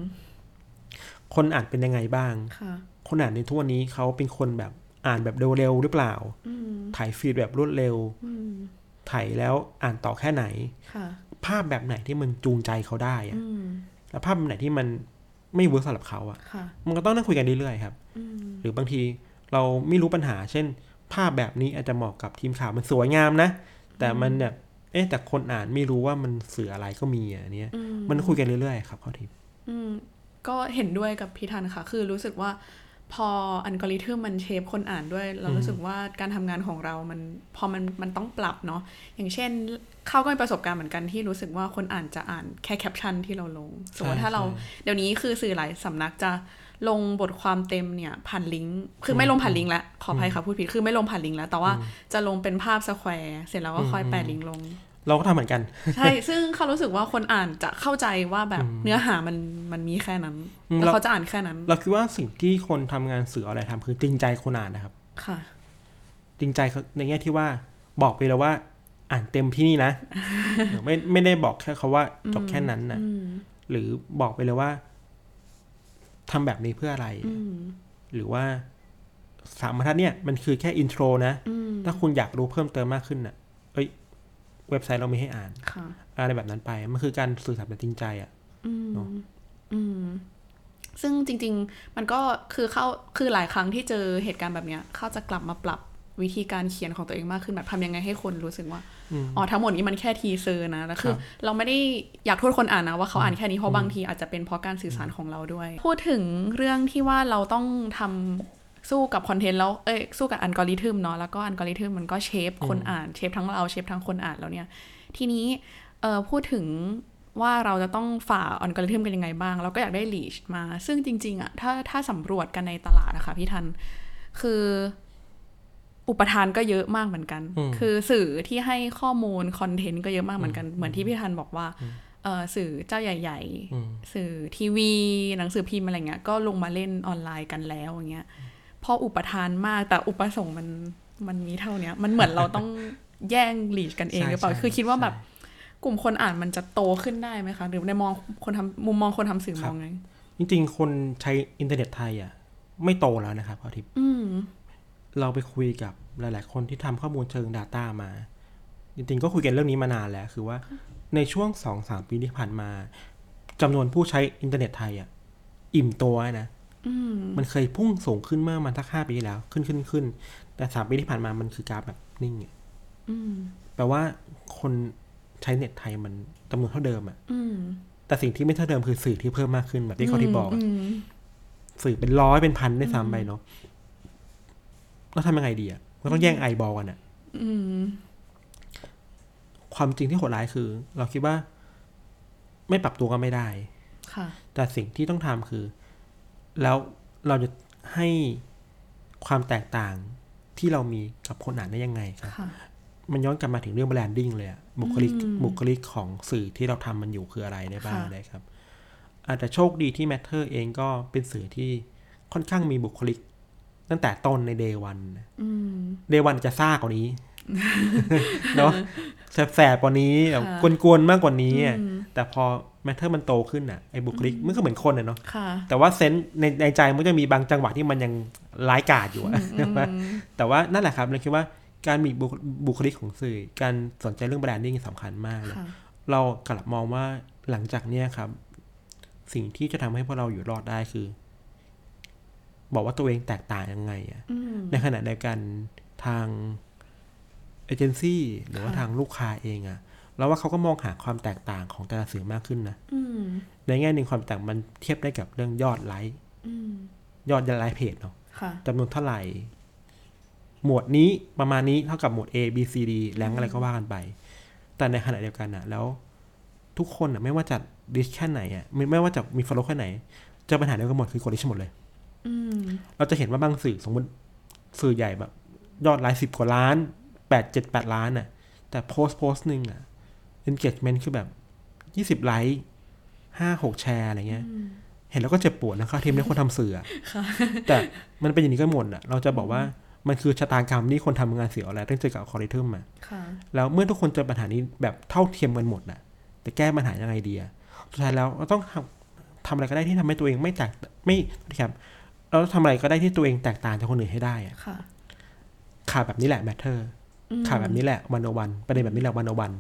[SPEAKER 3] คนอ่านเป็นยังไงบ้าง
[SPEAKER 2] ค่ะ
[SPEAKER 3] คนอ่านในทุกวันนี้เขาเป็นคนแบบอ่านแบบเร็วๆหรือเปล่า
[SPEAKER 2] อืม
[SPEAKER 3] ถ่ายฟีดแบบรวดเร็ว
[SPEAKER 2] อืม
[SPEAKER 3] ถ่ายแล้วอ่านต่อแค่ไหน
[SPEAKER 2] ค่ะ
[SPEAKER 3] ภาพแบบไหนที่มันจูงใจเขาได้อะ
[SPEAKER 2] อืม
[SPEAKER 3] แล้วภาพแบบไหนที่มันไม่เวิร์กสำหรับเขาอะ
[SPEAKER 2] ค่ะ
[SPEAKER 3] มันก็ต้องนั่งคุยกันเรื่อยๆครับ
[SPEAKER 2] อืม
[SPEAKER 3] หรือบางทีเราไม่รู้ปัญหา เช่น ภาพแบบนี้อาจจะเหมาะกับทีมข่าวมันสวยงามนะ แต่มันแบบ เอ๊ะแต่คนอ่านไม่รู้ว่ามันสื่ออะไรก็มีอะอันเนี้ย
[SPEAKER 2] อืม
[SPEAKER 3] มันคุยกันเรื่อยๆครับข้อทิพย์
[SPEAKER 2] อืมก็เห็นด้วยกับพี่ทันค่ะ คือรู้สึกว่าพออัลกอริทึมมันเชฟคนอ่านด้วย เรารู้สึกว่าการทำงานของเรา มันพอมันมันต้องปรับเนาะ อย่างเช่น เข้าก็มีประสบการณ์เหมือนกันที่รู้สึกว่าคนอ่านจะอ่านแค่แคปชั่นที่เราลง สมมติถ้าเรา เดี๋ยวนี้คือสื่อหลายสำนักจะลงบทความเต็มเนี่ยผ่านลิงก์ คือไม่ลงผ่านลิงก์ละ ขออภัยค่ะพูดผิด คือไม่ลงผ่านลิงก์แล้ว แต่ว่าจะลงเป็นภาพสแควร์เสร็จแล้วก็ค่อยแปะลิงก์ลง
[SPEAKER 3] เราก็ทำเหมือนกัน
[SPEAKER 2] ใช่ ซึ่งเขารู้สึกว่าคนอ่านจะเข้าใจว่าแบบเนื้อหามันมันมีแค่นั้น
[SPEAKER 3] อืม
[SPEAKER 2] แล้ว
[SPEAKER 3] เรา
[SPEAKER 2] เขาจะอ่านแค่นั้น
[SPEAKER 3] เราคิดว่าสิ่งที่คนทำงานสื่ออะไรทำคือจริงใจคนอ่านนะครับ
[SPEAKER 2] ค่ะ
[SPEAKER 3] จริงใจเขาในแง่ที่ว่าบอกไปแล้วว่า อ่านเต็มที่นี่ นะ เออไม่ไม่ได้บอกแค่เขาว่าจบแค่นั้นนะ
[SPEAKER 2] อืม
[SPEAKER 3] หรือบอกไปเลยว่าทำแบบนี้เพื่ออะไร
[SPEAKER 2] อืม
[SPEAKER 3] หรือว่าสามบรรทัดเนี่ยมันคือแค่อินโทรนะ
[SPEAKER 2] อืม
[SPEAKER 3] ถ้าคุณอยากรู้เพิ่มเติมมากขึ้นน่ะ เอ้ย เว็บไซต์เรามีให้อ่าน
[SPEAKER 2] ค่ะ
[SPEAKER 3] อะไรแบบนั้นไป มันคือการสื่อสารแบบจริงใจอะ
[SPEAKER 2] อืม
[SPEAKER 3] เนอะ
[SPEAKER 2] อืม ซึ่งจริง ๆ มันก็คือเข้า คือหลายครั้งที่เจอเหตุการณ์แบบเนี้ย เขาจะกลับมาปรับวิธีการเขียนของตัวเองมากขึ้นแบบทำยังไงให้คนรู้สึกว่า
[SPEAKER 3] อืม
[SPEAKER 2] อ๋อ ทั้งหมดนี้มันแค่ทีเซอร์นะ แล้วคือ
[SPEAKER 3] ครับ
[SPEAKER 2] เราไม่ได้อยากโทษคนอ่านนะว่าเขาอ่านแค่นี้เพราะบางทีอาจจะเป็นเพราะการสื่อสารของเราด้วย พูดถึงเรื่องที่ว่าเราต้องทำสู้กับคอนเทนต์แล้วเอ้ยสู้กับอัลกอริทึมเนาะแล้วก็อัลกอริทึมมันก็เชฟคนอ่านเชฟทั้งเราเชฟทั้งคนอ่านแล้วเนี่ย ทีนี้เอ่อพูดถึงว่าเราจะต้องฝ่าอัลกอริทึมกันยังไงบ้าง เราก็อยากได้ลีชมา ซึ่งจริงๆอะถ้าถ้าสำรวจกันในตลาดนะคะพี่ทันคือ อุปทานก็เยอะมากเหมือนกัน
[SPEAKER 3] อืม
[SPEAKER 2] คือสื่อที่ให้ข้อมูลคอนเทนต์ก็เยอะมากเหมือนกัน เหมือนที่พี่ทันบอกว่าเอ่อสื่อเจ้าใหญ่ ๆ
[SPEAKER 3] อืม
[SPEAKER 2] สื่อทีวี หนังสือพิมพ์อะไรเงี้ยก็ลงมาเล่นออนไลน์กันแล้วอย่างเงี้ยพออุปทานมากแต่อุปสงค์มันมันมีเท่าเนี้ย มันเหมือนเราต้อง แย่งลีดกันเอง
[SPEAKER 3] ใช่
[SPEAKER 2] หรือเปล่า
[SPEAKER 3] ใช่
[SPEAKER 2] คือคิดว่า
[SPEAKER 3] ใช่
[SPEAKER 2] แบบกลุ่มคนอ่านมันจะโตขึ้นได้ไหมคะ หรือในมองคนทำมุมมองคนทำสื่อมองไง
[SPEAKER 3] จริงๆ คนใช้อินเทอร์เน็ตไทยอ่ะ ไม่โตแล้วนะครับพอทิพย์
[SPEAKER 2] อืม
[SPEAKER 3] เราไปคุยกับหลาย ๆ คนที่ทำข้อมูลเชิง Data มา จริงๆ ก็คุยกันเรื่องนี้มานานแล้ว คือว่าในช่วงสองสามปีที่ผ่านมาจำนวนผู้ใช้อินเทอร์เน็ตไทยอ่ะ อิ่มตัวนะ
[SPEAKER 2] อืม
[SPEAKER 3] มันเคยพุ่งสูงขึ้นเมื่อมันทักห้าปีที่แล้ว ขึ้นขึ้นขึ้น แต่สามปีที่ผ่านมามันคือกราฟแบบนิ่งอะ
[SPEAKER 2] อืม
[SPEAKER 3] แปลว่าคนใช้เน็ตไทยมันจำนวนเท่าเดิมอะ
[SPEAKER 2] อืม
[SPEAKER 3] แต่สิ่งที่ไม่เท่าเดิมคือสื่อที่เพิ่มมากขึ้นแบบที่เขาที่บอกอะ
[SPEAKER 2] อืม
[SPEAKER 3] สื่อเป็นร้อยเป็นพันได้วยซ้ำไปเนาะแล้วทำยังไงดีอะมันต้องแย่งไอบอลกันอะ
[SPEAKER 2] อืม
[SPEAKER 3] ความจริงที่โหดร้ายคือ เราคิดว่า ไม่ปรับตัวก็ไม่ได้
[SPEAKER 2] ค่ะ
[SPEAKER 3] แต่สิ่งที่ต้องทำคือ แล้วเราจะให้ความแตกต่างที่เรามีกับคนอ่านได้ยังไงครับ
[SPEAKER 2] ค่ะ
[SPEAKER 3] มันย้อนกลับมาถึงเรื่องแบรนดิ้งเลยอะบุคลิก
[SPEAKER 2] อืม
[SPEAKER 3] บุคลิกของสื่อที่เราทำมันอยู่คืออะไรได้บ้าง
[SPEAKER 2] ค่ะ
[SPEAKER 3] เลยครับ อาจจะโชคดีที่ Matter เองก็เป็นสื่อที่ค่อนข้างมีบุคลิก ตั้งแต่ต้นใน Day วัน
[SPEAKER 2] อืม
[SPEAKER 3] เดวันจะซ่ากว่านี้ เนาะแสบๆกว่านี้แบบ
[SPEAKER 2] ค่ะ
[SPEAKER 3] กวนๆมากกว่านี้อะ
[SPEAKER 2] อืม
[SPEAKER 3] แต่พอแมทเทอร์มันโตขึ้นอ่ะไอ้บุคลิกมันก็เหมือนคนอ่ะเนาะ
[SPEAKER 2] ค่ะ
[SPEAKER 3] แต่ว่าเซนส์ในในใจมันจะมีบางจังหวะที่มันยังร้ายกาจอยู่อะใช่ไหมแต่ว่านั่นแหละครับเราคิดว่าการมีบุคบุคลิกของสื่อ การสนใจเรื่องแบรนดิ้งสำคัญมากเลย
[SPEAKER 2] ค่ะ
[SPEAKER 3] เรากลับมองว่าหลังจากเนี้ยครับ สิ่งที่จะทำให้พวกเราอยู่รอดได้คือ บอกว่าตัวเองแตกต่างยังไงอะ
[SPEAKER 2] อืม
[SPEAKER 3] ในขณะเดียวกันทางเอเจนซี่หรือว่า
[SPEAKER 2] ค่ะ
[SPEAKER 3] ทางลูกค้าเองอะเราว่าเขาก็มองหาความแตกต่างของแต่ละสื่อมากขึ้นนะ
[SPEAKER 2] อืม
[SPEAKER 3] ในแง่หนึ่งความแตกต่างมันเทียบได้กับเรื่องยอดไลค์
[SPEAKER 2] อืม
[SPEAKER 3] ยอดไลค์เพจเนาะ
[SPEAKER 2] ค่ะ
[SPEAKER 3] จำนวนเท่าไหร่ หมวดนี้ประมาณนี้เท่ากับหมวด A B C D แรงอะไรก็ว่ากันไป แต่ในขณะเดียวกันนะแล้ว ทุกคนนะไม่ว่าจะดิสแค่ไหนอ่ะไม่ไม่ว่าจะมีฟอลโล่แค่ไหนเจอปัญหาเดียวกันหมดคือกดดิชหมดเลย
[SPEAKER 2] อืม
[SPEAKER 3] เราจะเห็นว่าบางสื่อสมมติสื่อใหญ่แบบ ยอดไลค์สิบกว่าล้านแปดเจ็ดแปดล้านอ่ะ แต่โพสต์โพสต์หนึ่งอ่ะ engagement คือแบบยี่สิบไลค์ห้าหกแชร์อะไรเงี้ย เห็นแล้วก็เจ็บปวดนะครับทีมนี้คนทำสื่ออะแต่มันเป็นอย่างนี้ก็หมดอ่ะ เราจะบอกว่ามันคือชะตากรรมที่คนทำงานสื่อออนไลน์ต้องเจอกับอัลกอริทึมอ่ะ
[SPEAKER 2] ค่ะ
[SPEAKER 3] แล้วเมื่อทุกคนเจอปัญหานี้แบบเท่าเทียมกันหมดนะแต่แก้ปัญหายังไงดีอะสุดท้ายแล้วเราต้องทำทำอะไรก็ได้ที่ทำให้ตัวเองไม่แตกไม่ครับเราต้องทำอะไรก็ได้ที่ตัวเองแตกต่างจากคนอื่นให้ได้อะ
[SPEAKER 2] ค่ะ
[SPEAKER 3] ข่าวแบบนี้แหละแมทเทอร์
[SPEAKER 2] อืม
[SPEAKER 3] ข่าวแบบนี้แหละวันโอวันประเด็นแบบนี้แหละวันโอวัน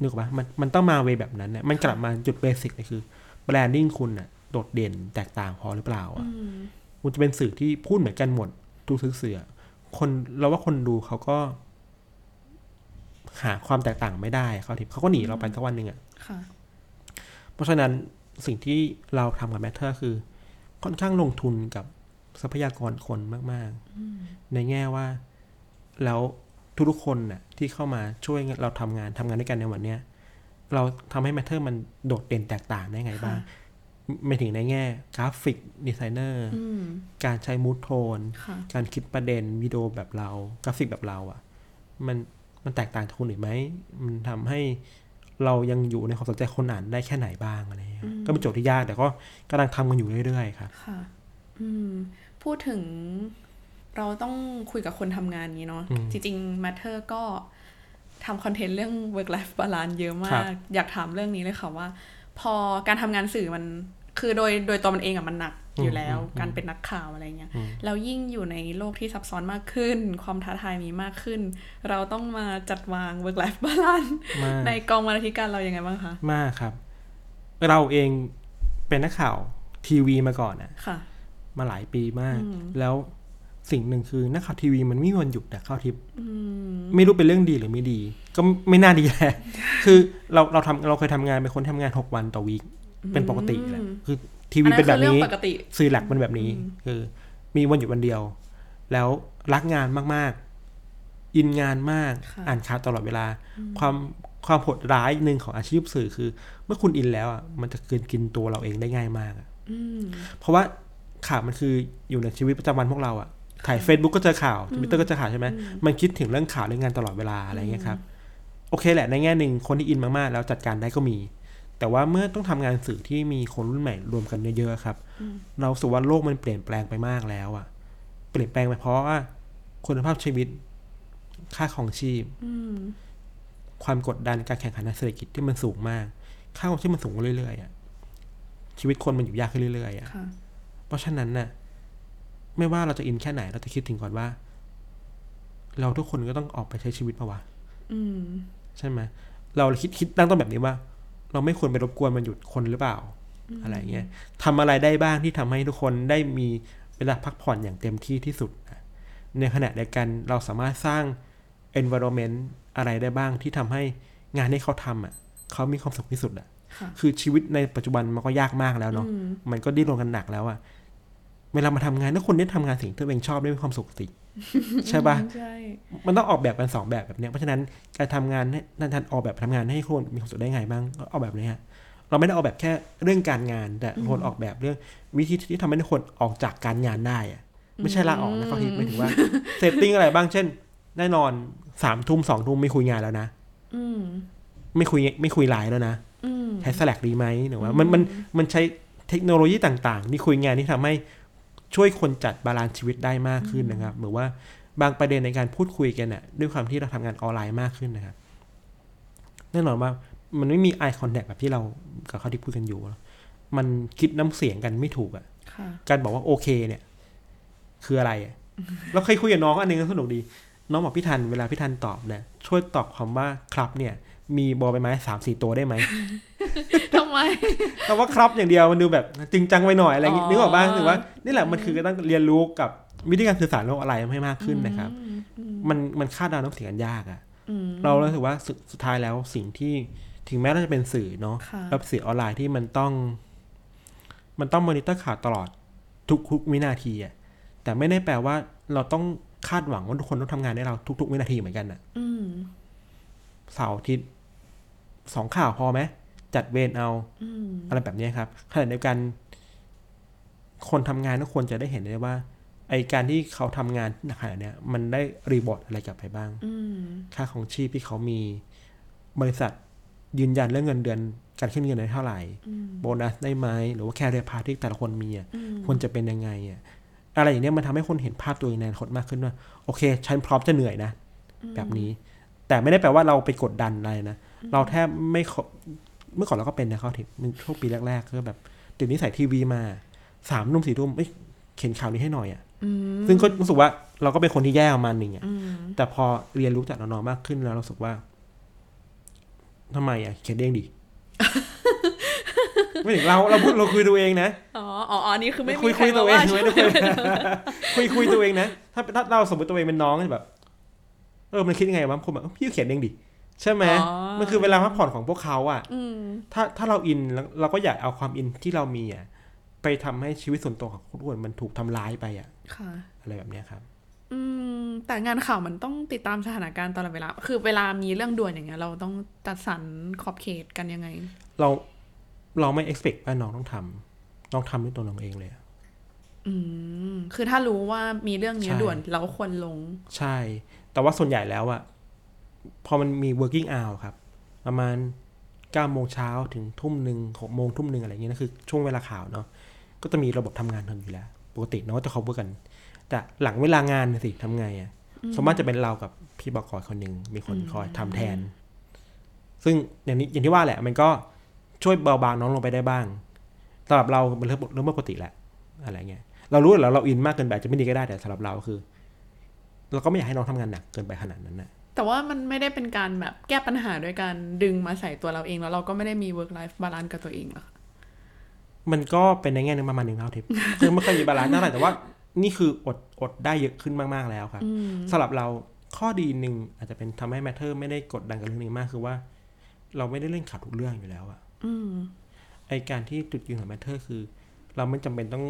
[SPEAKER 3] นึกออกปะมันมันต้องมาเวย์แบบนั้นเนี่ยมันกลับมาจุดเบสิกเลยคือแบรนดิ้งคุณอะโดดเด่นแตกต่างพอหรือเปล่าอะ
[SPEAKER 2] อืม
[SPEAKER 3] คุณจะเป็นสื่อที่พูดเหมือนกันหมดทุกสื่อเสือคนเราว่าคนดูเขาก็ หาความแตกต่างไม่ได้เขาทิพเขาก็หนีเราไปสักวันหนึ่งอะ
[SPEAKER 2] ค่ะ
[SPEAKER 3] เพราะฉะนั้นสิ่งที่เราทำกับแมทเทอร์คือ ค่อนข้างลงทุนกับทรัพยากรคนมาก ๆ ในแง่ว่า แล้วทุกๆคนน่ะที่เข้ามาช่วยเราทำงานทำงานด้วยกันในวันเนี้ยเราทำให้แมทเทอร์มันโดดเด่นแตกต่างได้ไงบ้าง ไม่ถึงในแง่กราฟิกดีไซเนอร์
[SPEAKER 2] อืม
[SPEAKER 3] การใช้มูทโทน
[SPEAKER 2] ค่ะ
[SPEAKER 3] การคิดประเด็นวิดีโอแบบเรา กราฟิกแบบเราอะ่ะ มันมันแตกต่างจากคนอื่นไหมมันทำให้เรายังอยู่ในความสนใจคนอ่านได้แค่ไหนบ้างอะไรเงี้ย
[SPEAKER 2] อืม
[SPEAKER 3] ก็เป็นโจทย์ที่ยากแต่ก็กำลังทำกันอยู่เรื่อยๆครับ
[SPEAKER 2] ค่ะ อืม พูดถึงเราต้องคุยกับคนทำงานนี้เนาะ
[SPEAKER 3] อืม
[SPEAKER 2] จริงๆ Matter ก็ทำคอนเทนต์เรื่อง work life balance เยอะ
[SPEAKER 3] ครั
[SPEAKER 2] มาก
[SPEAKER 3] บ
[SPEAKER 2] อยากถามเรื่องนี้เลยค่ะว่า พอการทำงานสื่อมัน คือโดยโดยตัวมันเองอะมันหนักอยู่แล้ว การเป็นนักข่าวอะไรเงี้ย แล้วยิ่งอยู่ในโลกที่ซับซ้อนมากขึ้น ความท้าทายมีมากขึ้น เราต้องมาจัดวาง work life balance
[SPEAKER 3] มาก
[SPEAKER 2] ในกองบรรณาธิการเรายังไงบ้างคะ
[SPEAKER 3] มากครับ เราเองเป็นนักข่าวทีวีมาก่อนอะ
[SPEAKER 2] ค่ะ
[SPEAKER 3] มาหลายปีมาก
[SPEAKER 2] อืม
[SPEAKER 3] แล้วสิ่งหนึ่งคือนักข่าวทีวีมันไม่มีวันหยุดแต่ข้าวทิพย์
[SPEAKER 2] อืม
[SPEAKER 3] ไม่รู้เป็นเรื่องดีหรือไม่ดี ก็ไม่น่าดี แหละ คือเราเราทำเราเคยทำงานเป็นคนทำงานหกวันต่อวีคเป็นปกติแหละ
[SPEAKER 2] อืม
[SPEAKER 3] คือทีวีเป็นแบบ
[SPEAKER 2] อัคื
[SPEAKER 3] นี้
[SPEAKER 2] อรื่องปกติ
[SPEAKER 3] สื่อหลักเป็นแบบนี้ คือ มีวันหยุดวันเดียว แล้วรักงานมากๆ อินงานมาก
[SPEAKER 2] ค่ะ
[SPEAKER 3] อ่านข่าวตลอดเวลา ความความโหดร้ายหนึ่งของอาชีพสื่อคือ เมื่อคุณอินแล้วอ่ะมันจะกินกินตัวเราเองได้ง่ายมากอะ
[SPEAKER 2] อืม
[SPEAKER 3] เพราะว่าข่าวมันคืออยู่ในชีวิตประจำวันพวกเราอะถ่าย Facebook ก็เจอข่าวทวิตเตอร์ก็เจอข่าวใช่ไหมมันคิดถึงเรื่องข่าวเรื่องงานตลอดเวลาอะไรเงี้ยครับ โอเคแหละในแง่หนึ่งคนที่อินมากๆ แล้วจัดการได้ก็มี แต่ว่าเมื่อต้องทำงานสื่อที่มีคนรุ่นใหม่รวมกันเยอะๆครับ เรารู้สุว่าโลกมันเปลี่ยนแปลงไปมากแล้วอะเปลี่ยนแปลงไปเพราะว่าคุณภาพชีวิต ค่าของชีพ
[SPEAKER 2] อืม
[SPEAKER 3] ความกดดันการแข่งขันทางเศรษฐกิจที่มันสูงมากค่าของชีพมันสูงขึ้นเรื่อยๆอะชีวิตคนมันอยู่ยากขึ้นเรื่อยๆอะ
[SPEAKER 2] ค่ะ
[SPEAKER 3] เพราะฉะนั้นน่ะ ไม่ว่าเราจะอินแค่ไหนเราจะคิดถึงก่อนว่า เราทุกคนก็ต้องออกไปใช้ชีวิตปะวะ
[SPEAKER 2] อืม
[SPEAKER 3] ใช่ไหมเราคิดคิดตั้งต้นแบบนี้ว่า เราไม่ควรไปรบกวนมันหยุดคนหรือเปล่า อะไรเงี้ยทำอะไรได้บ้างที่ทำให้ทุกคนได้มีเวลาพักผ่อนอย่างเต็มที่ที่สุดนะในขณะเดียวกันเราสามารถสร้าง environment อะไรได้บ้างที่ทำให้งานที่เขาทำอ่ะ เขามีความสุขที่สุดอ่ะ
[SPEAKER 2] ค่ะ
[SPEAKER 3] คือชีวิตในปัจจุบันมันก็ยากมากแล้วเนาะ
[SPEAKER 2] อืม
[SPEAKER 3] มันก็ดิ้นรนกันหนักแล้วอะเวลามาทำงานถ้าคนได้ทำงานสิ่งที่ตัวเองชอบได้มีความสุขสิ ใช่ปะ
[SPEAKER 2] ใช่
[SPEAKER 3] มันต้องออกแบบกันสองแบบแบบเนี้ยเพราะฉะนั้นการทำงานให้นั่นทันออกแบบทำงานให้คนมีความสุขได้ไงบ้างก็ออกแบบนี้ฮะเราไม่ได้ออกแบบแค่เรื่องการงาน แต่คนออกแบบเรื่องวิธีที่ทำให้คนออกจากการงานได้อะไม่ใช่ลาออกนะเขาคิดไม่ถึงว่าเซตติ้งอะไรบ้างเช่น แน่นอนสามทุ่มสองทุ่มไม่คุยงานแล้วนะ
[SPEAKER 2] อืม
[SPEAKER 3] ไม่คุยไม่คุยไลน์แล้วนะ
[SPEAKER 2] อืม
[SPEAKER 3] ใช้ Slack ดีไหมหรือว่ามันมันมันใช้เทคโนโลยีต่าง ๆ ที่คุยงานที่ทำให้ช่วยคนจัดบาลานซ์ชีวิตได้มากขึ้นนะครับ หรือว่าบางประเด็นในการพูดคุยกันน่ะด้วยความที่เราทำงานออนไลน์มากขึ้นนะครับ แน่นอนว่า มันไม่มี eye contact แบบที่เรากับเขาที่พูดกันอยู่อะมันคิดน้ำเสียงกันไม่ถูกอะ
[SPEAKER 2] ค่ะ
[SPEAKER 3] การบอกว่าโอเคเนี่ย คืออะไรอะเราเคยคุยกับน้องอันหนึงสนุกดี น้องบอกพี่ทันเวลาพี่ทันตอบเนี่ยช่วยตอบคำว่าครับเนี่ย มีบอใบไม้สามสี่ตัวได้ไหม
[SPEAKER 2] ทำไม
[SPEAKER 3] แต่ว่าครับอย่างเดียวมันดูแบบจริงจังไปหน่อยอะไรอย่างงี้
[SPEAKER 2] อ๋อ
[SPEAKER 3] นึกออกบ้างถือว่านี่แหละมันคือการต้องเรียนรู้กับวิธีการสื่อสารโลกอะไรให้มากขึ้นนะครับ มันมันคาดเดาน้ำเสียงกันยากอะ
[SPEAKER 2] อืม
[SPEAKER 3] เรารู้สึกว่าสุดสุดท้ายแล้วสิ่งที่ถึงแม้เราจะเป็นสื่อเนาะ
[SPEAKER 2] ค่ะ
[SPEAKER 3] แล้วสื่อออนไลน์ที่มันต้อง มันต้องมอนิเตอร์ข่าวตลอดทุกทุกวินาทีอะแต่ไม่ได้แปลว่าเราต้องคาดหวังว่าทุกคนต้องทำงานให้เราทุก ๆ วินาทีเหมือนกันอะ
[SPEAKER 2] อืม
[SPEAKER 3] เสาร์อาทิตย์สองข่าวพอไหมจัดเวรเอา
[SPEAKER 2] อืม
[SPEAKER 3] อะไรแบบเนี้ยครับขณะเดียวกัน คนทำงานก็ควรจะได้เห็นได้ว่า ไอการที่เขาทำงานขนาดเนี้ย มันได้รีบอร์ดอะไรกลับไปบ้าง
[SPEAKER 2] อืม
[SPEAKER 3] ค่าของชีพที่เขามีบริษัทยืนยันเรื่องเงินเดือนการขึ้นเงินเดือนเท่าไหร่
[SPEAKER 2] อืม
[SPEAKER 3] โบนัสได้ไหมหรือว่าแคเรียพาที่แต่ละคนมีอะ
[SPEAKER 2] อืม
[SPEAKER 3] ควรจะเป็นยังไงอะอะไรอย่างเนี้ยมันทำให้คนเห็นภาพตัวเองในอนาคตมากขึ้นว่าโอเค ฉันพร้อมจะเหนื่อยนะ แบบนี้ แต่ไม่ได้แปลว่าเราไปกดดันอะไรนะ เราแทบไม่ขอเมื่อก่อนเราก็เป็นนะเขาทิพนช่วงปีแรกๆก็แบบติดนิสัยทีวีมาสามนุ่มสี่ทุ่มเอ้ยเขียนข่าวนี้ให้หน่อยอะ
[SPEAKER 2] อืม
[SPEAKER 3] ซึ่งก็รู้สึกว่าเราก็เป็นคนที่แย่ประมาณหนึ่งอะ
[SPEAKER 2] อืม
[SPEAKER 3] แต่พอเรียนรู้จากน้องๆมากขึ้นแล้วเรารู้สึกว่าทำไมอ่ะเขียนเองดิ ไม่ถึงเราเราพูดเราคุยตัวเองนะ
[SPEAKER 2] อ๋อ อ๋ออันนี้คือไม่
[SPEAKER 3] คุ
[SPEAKER 2] มี
[SPEAKER 3] ย
[SPEAKER 2] ใคร
[SPEAKER 3] คุยตั
[SPEAKER 2] มาว
[SPEAKER 3] เอง
[SPEAKER 2] ว่า
[SPEAKER 3] คุ
[SPEAKER 2] ใช่
[SPEAKER 3] ย
[SPEAKER 2] ไหม
[SPEAKER 3] คุยคุยคุยตัวเองนะถ้าถ้าเราสมมติตัวเองเป็นน้องก็จะแบบ เออมันคิดยังไงวะคนแบบเอ้าพี่เขียนเองดิใช่ไหม
[SPEAKER 2] อ๋อ
[SPEAKER 3] มันคือเวลาพักผ่อนของพวกเขาอ่ะ
[SPEAKER 2] อืม
[SPEAKER 3] ถ้าถ้าเราอินแล้วเราก็อยากเอาความอินที่เรามีอ่ะไปทำให้ชีวิตส่วนตัวของทุกคนมันถูกทำร้ายไปอ่ะ
[SPEAKER 2] ค่ะ
[SPEAKER 3] อะไรแบบเนี้ยครับ
[SPEAKER 2] อืม แต่งานข่าวมันต้องติดตามสถานการณ์ตลอดเวลา คือเวลามีเรื่องด่วนอย่างเงี้ย เราต้องจัดสรรขอบเขตกันยังไง
[SPEAKER 3] เราเราไม่ expect ว่าน้องต้องทำน้องทำด้วยตัวน้องเองเลยอะ
[SPEAKER 2] อืม คือถ้ารู้ว่ามีเรื่องเนี้ยด่วนเราควรลง
[SPEAKER 3] ใช่ แต่ว่าส่วนใหญ่แล้วอะพอมันมี working hour ครับ ประมาณ9โมงเช้าถึงทุ่มหนึ่งหกโมงทุ่มหนึ่งอะไรเงี้ยนะคือช่วงเวลาข่าวเนาะก็จะมีระบบทำงานทันอยู่แล้ว ปกติเนาะก็จะ cover กัน แต่หลังเวลางานน่ะสิทำไงอะสมมติจะเป็นเรากับพี่บกอยคนหนึ่งมีคนคอยทำแทน ซึ่งอย่างนี้อย่างที่ว่าแหละ มันก็ช่วยเบาบางน้องลงไปได้บ้างสำหรับเราเป็นเรื่องเรื่องปกติแหละ อะไรเงี้ยเรารู้แล้วเราอินมากเกินไปอาจจะไม่ดีก็ได้แต่สำหรับเราคือ เราก็ไม่อยากให้น้องทำงานหนักเกินไปขนาดนั้นนะ
[SPEAKER 2] แต่ว่ามันไม่ได้เป็นการแบบแก้ปัญหาด้วยการดึงมาใส่ตัวเราเอง แล้วเราก็ไม่ได้มี work life balance กับตัวเองหรอกค่ะ
[SPEAKER 3] มันก็เป็นในแง่หนึงประ มาณหนึ่งเท่าทิพย์ คือไม่เคยมีบาลานซ์เท่าไหร่แต่ว่านี่คืออดอดได้เยอะขึ้นมากๆแล้วครับ
[SPEAKER 2] อืม
[SPEAKER 3] สำหรับเราข้อดีหนึ่งอาจจะเป็นทำให้แมทเทอร์ไม่ได้กดดันกับเรื่องนี้มากคือว่า เราไม่ได้เล่นข่าวทุกเรื่องอยู่แล้วอะ
[SPEAKER 2] อืม
[SPEAKER 3] ไอการที่จุดยืนของแมทเทอร์คือ เราไม่จำเป็นต้อง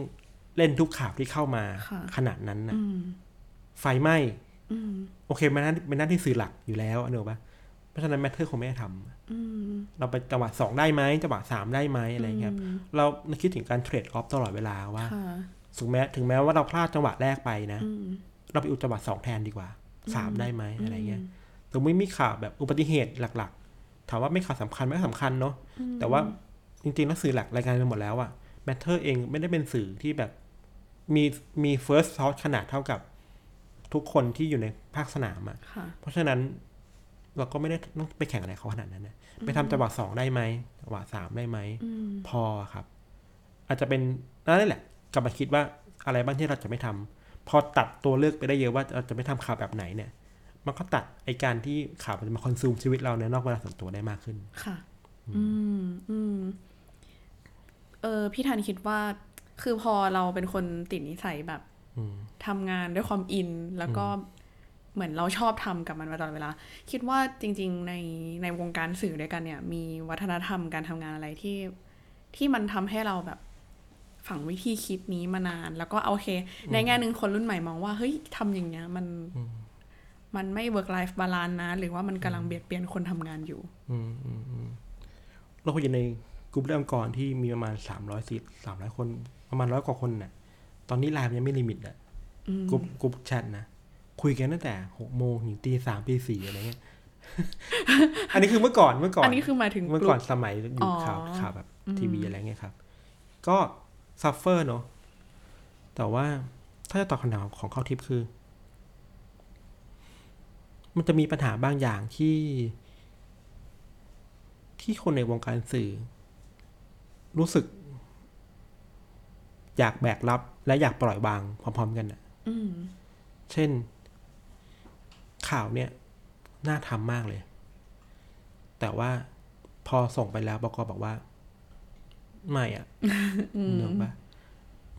[SPEAKER 3] เล่นทุกข่าวที่เข้ามา
[SPEAKER 2] ค่ะ
[SPEAKER 3] ขนาดนั้นนะ
[SPEAKER 2] อืม
[SPEAKER 3] ไฟไหม้
[SPEAKER 2] อืม
[SPEAKER 3] โอเคมันหน้าเป็นหน้าที่สื่อหลักอยู่แล้วเนกอะปะเพราะฉะนั้นแมทเทอร์คงไม่ได้ท
[SPEAKER 2] อืม
[SPEAKER 3] ำเราไปจังหวะสองได้ไหมจังหวะสามได้ไหมอะไรอย่างเงี้ยครับเราคิดถึงการเทรดออฟตลอดเวลาว่า
[SPEAKER 2] ค่ะ
[SPEAKER 3] ถึงแม้ถึงแม้ว่าเราพลาดจังหวะแรกไปนะ
[SPEAKER 2] อืม
[SPEAKER 3] เราไปอุดจังหวะสองแทนดีกว่าสามได้ไหมอะไรเงี้ยแต่ไม่มีข่าวแบบอุบัติเหตุหลักๆ ถามว่าไม่ข่าวสำคัญไหม่สำคัญเนาะแต่ว่าจริงๆแล้วสื่อหลักรายการไปหมดแล้วอะแมทเทอร์เองไม่ได้เป็นสื่อที่แบบมีมี first source ขนาดเท่ากับทุกคนที่อยู่ในภาคสนามอะ
[SPEAKER 2] ค่ะ
[SPEAKER 3] เพราะฉะนั้นเราก็ไม่ได้ต้องไปแข่งอะไรเขาขนาดนั้นนะไปทำจังหวะสองได้ไหมจังหวะสามได้ไหม
[SPEAKER 2] อืม
[SPEAKER 3] พอครับ อาจจะเป็นนั่นแหละกลับมาคิดว่าอะไรบ้างที่เราจะไม่ทำพอตัดตัวเลือกไปได้เยอะว่าเราจะไม่ทำข่าวแบบไหนเนี่ย มันก็ตัดไอการที่ข่าวมันจะมาคอนซูมชีวิตเราในนอกเวลาส่วนตัวได้มากขึ้น
[SPEAKER 2] ค่ะ อืม อืม เออ พี่ธันคิดว่า คือพอเราเป็นคนติดนิสัยแบบ
[SPEAKER 3] อืม
[SPEAKER 2] ทำงานด้วยความอิน แล้วก็เหมือนเราชอบทำกับมันมาตลอดเวลา คิดว่าจริง ๆ ในในวงการสื่อด้วยกันเนี่ย มีวัฒนธรรมการทำงานอะไรที่ ที่มันทำให้เราแบบฝังวิธีคิดนี้มานาน แล้วก็โอเค ในแง่หนึ่งคนรุ่นใหม่มองว่า เฮ้ยทำอย่างเงี้ย มัน มันไม่ work life balance นะ หรือว่ามันกำลังเบียดเบียนคนทำงานอยู่
[SPEAKER 3] อืมอืมอืมเราคุยอยู่ในกลุ่มเริ่มก่อนที่มีประมาณสามร้อยสี่สามร้อยคนประมาณร้อยกว่าคนน่ะ ตอนนี้ไลน์มันยังไม่ลิมิตอ่ะกลุ่มกลุ่มแชทนะ คุยกันตั้งแต่หกโมงถึงตีสามตีสี่อะไรเงี้ย อันนี้คือเมื่อก่อนเมื่อก่อน
[SPEAKER 2] อันนี้คือหมายถึง
[SPEAKER 3] เมื่อก
[SPEAKER 2] ลุ่
[SPEAKER 3] ก่อ
[SPEAKER 2] ม
[SPEAKER 3] นสมัยอยู่ข่าว
[SPEAKER 2] อ๋อ
[SPEAKER 3] ข่าวแบบทีวีอะไรเงี้ยครับ ก็ซัฟเฟอร์เนาะแต่ว่าถ้าจะตอบคำถามของเข้าทิปคือ มันจะมีปัญหาบางอย่างที่ ที่คนในวงการสื่อ รู้สึก อยากแบกรับ และอยากปล่อยวางพร้อมๆกันน่ะ
[SPEAKER 2] อืม
[SPEAKER 3] เช่น ข่าวเนี่ย น่าทำมากเลย แต่ว่าพอส่งไปแล้วบกบอกว่า ไม่อะ่ะเนกปะ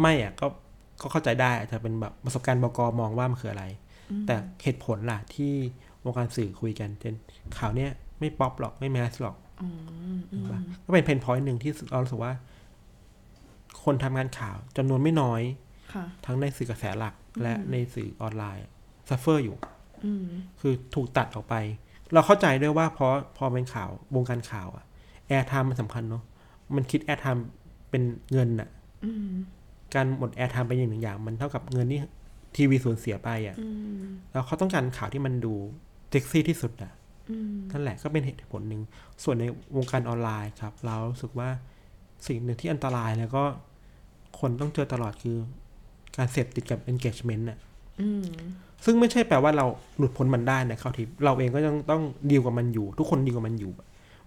[SPEAKER 3] ไม่อะ่ะ ก็ก็เข้าใจได้อาจจะเป็นแบบประสบการณ์บกมองว่ามันคืออะไร แต่เหตุผลล่ะ ที่วงการสื่อคุยกันเช่นข่าวเนี่ย ไม่ป๊อปหรอกไม่แมสหรอกนึกปะก็เป็นเพนพอยต์หนึ่งที่เรารู้สึกว่า คนทำงานข่าวจำนวนไม่น้อย
[SPEAKER 2] ค่ะ
[SPEAKER 3] ทั้งในสื่อกระแสหลักและในสื่อออนไลน์ซัฟเฟอร์อยู่
[SPEAKER 2] อืม
[SPEAKER 3] คือถูกตัดออกไป เราเข้าใจด้วยว่าเพราะพอเป็นข่าววงการข่าวอะแอร์ไทม์มันสำคัญเนาะมันคิดแอร์ไทม์เป็นเงินอะ
[SPEAKER 2] อืม
[SPEAKER 3] การหมดแอร์ไทม์ไปอย่างหนึ่งอย่าง มันเท่ากับเงินที่ทีวีสูญเสียไปอะ
[SPEAKER 2] อืม
[SPEAKER 3] แล้วเขาต้องการข่าวที่มันดูเซ็กซี่ที่สุดอะ
[SPEAKER 2] อืม
[SPEAKER 3] นั่นแหละก็เป็นเหตุผลหนึ่ง ส่วนในวงการออนไลน์ครับ เรารู้สึกว่าสิ่งหนึ่งที่อันตรายแล้วก็คนต้องเจอตลอดคือการเสพติดกับ engagement อะ
[SPEAKER 2] อืม
[SPEAKER 3] ซึ่งไม่ใช่แปลว่าเราหลุดพ้นมันได้นะเข้าทิพย์เราเองก็ยังต้องดีลกับมันอยู่ ทุกคนดีลกับมันอยู่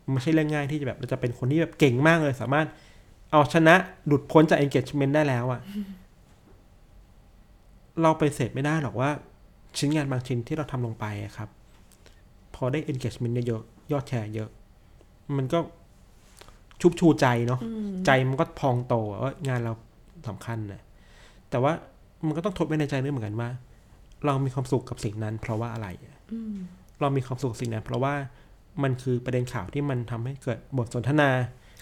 [SPEAKER 3] มันไม่ใช่เรื่องง่ายที่จะแบบเราจะเป็นคนที่แบบเก่งมากเลย สามารถเอาชนะหลุดพ้นจาก engagement ได้แล้วอะเราไปเสร็จไม่ได้หรอกว่า ชิ้นงานบางชิ้นที่เราทำลงไปอะครับ พอได้ engagement เยอะๆยอดแชร์เยอะ มันก็ชุบชูใจเนาะ
[SPEAKER 2] อืม
[SPEAKER 3] ใจมันก็พองโตอะว่างานเราสำคัญนะแต่ว่ามันก็ต้องทบไว้ในใจด้วยเหมือนกันว่า เรามีความสุขกับสิ่งนั้น เพราะว่าอะไรอะ
[SPEAKER 2] อืม
[SPEAKER 3] เรามีความสุขกับสิ่งนั้น เพราะว่ามันคือประเด็นข่าวที่มันทำให้เกิดบทสนทนา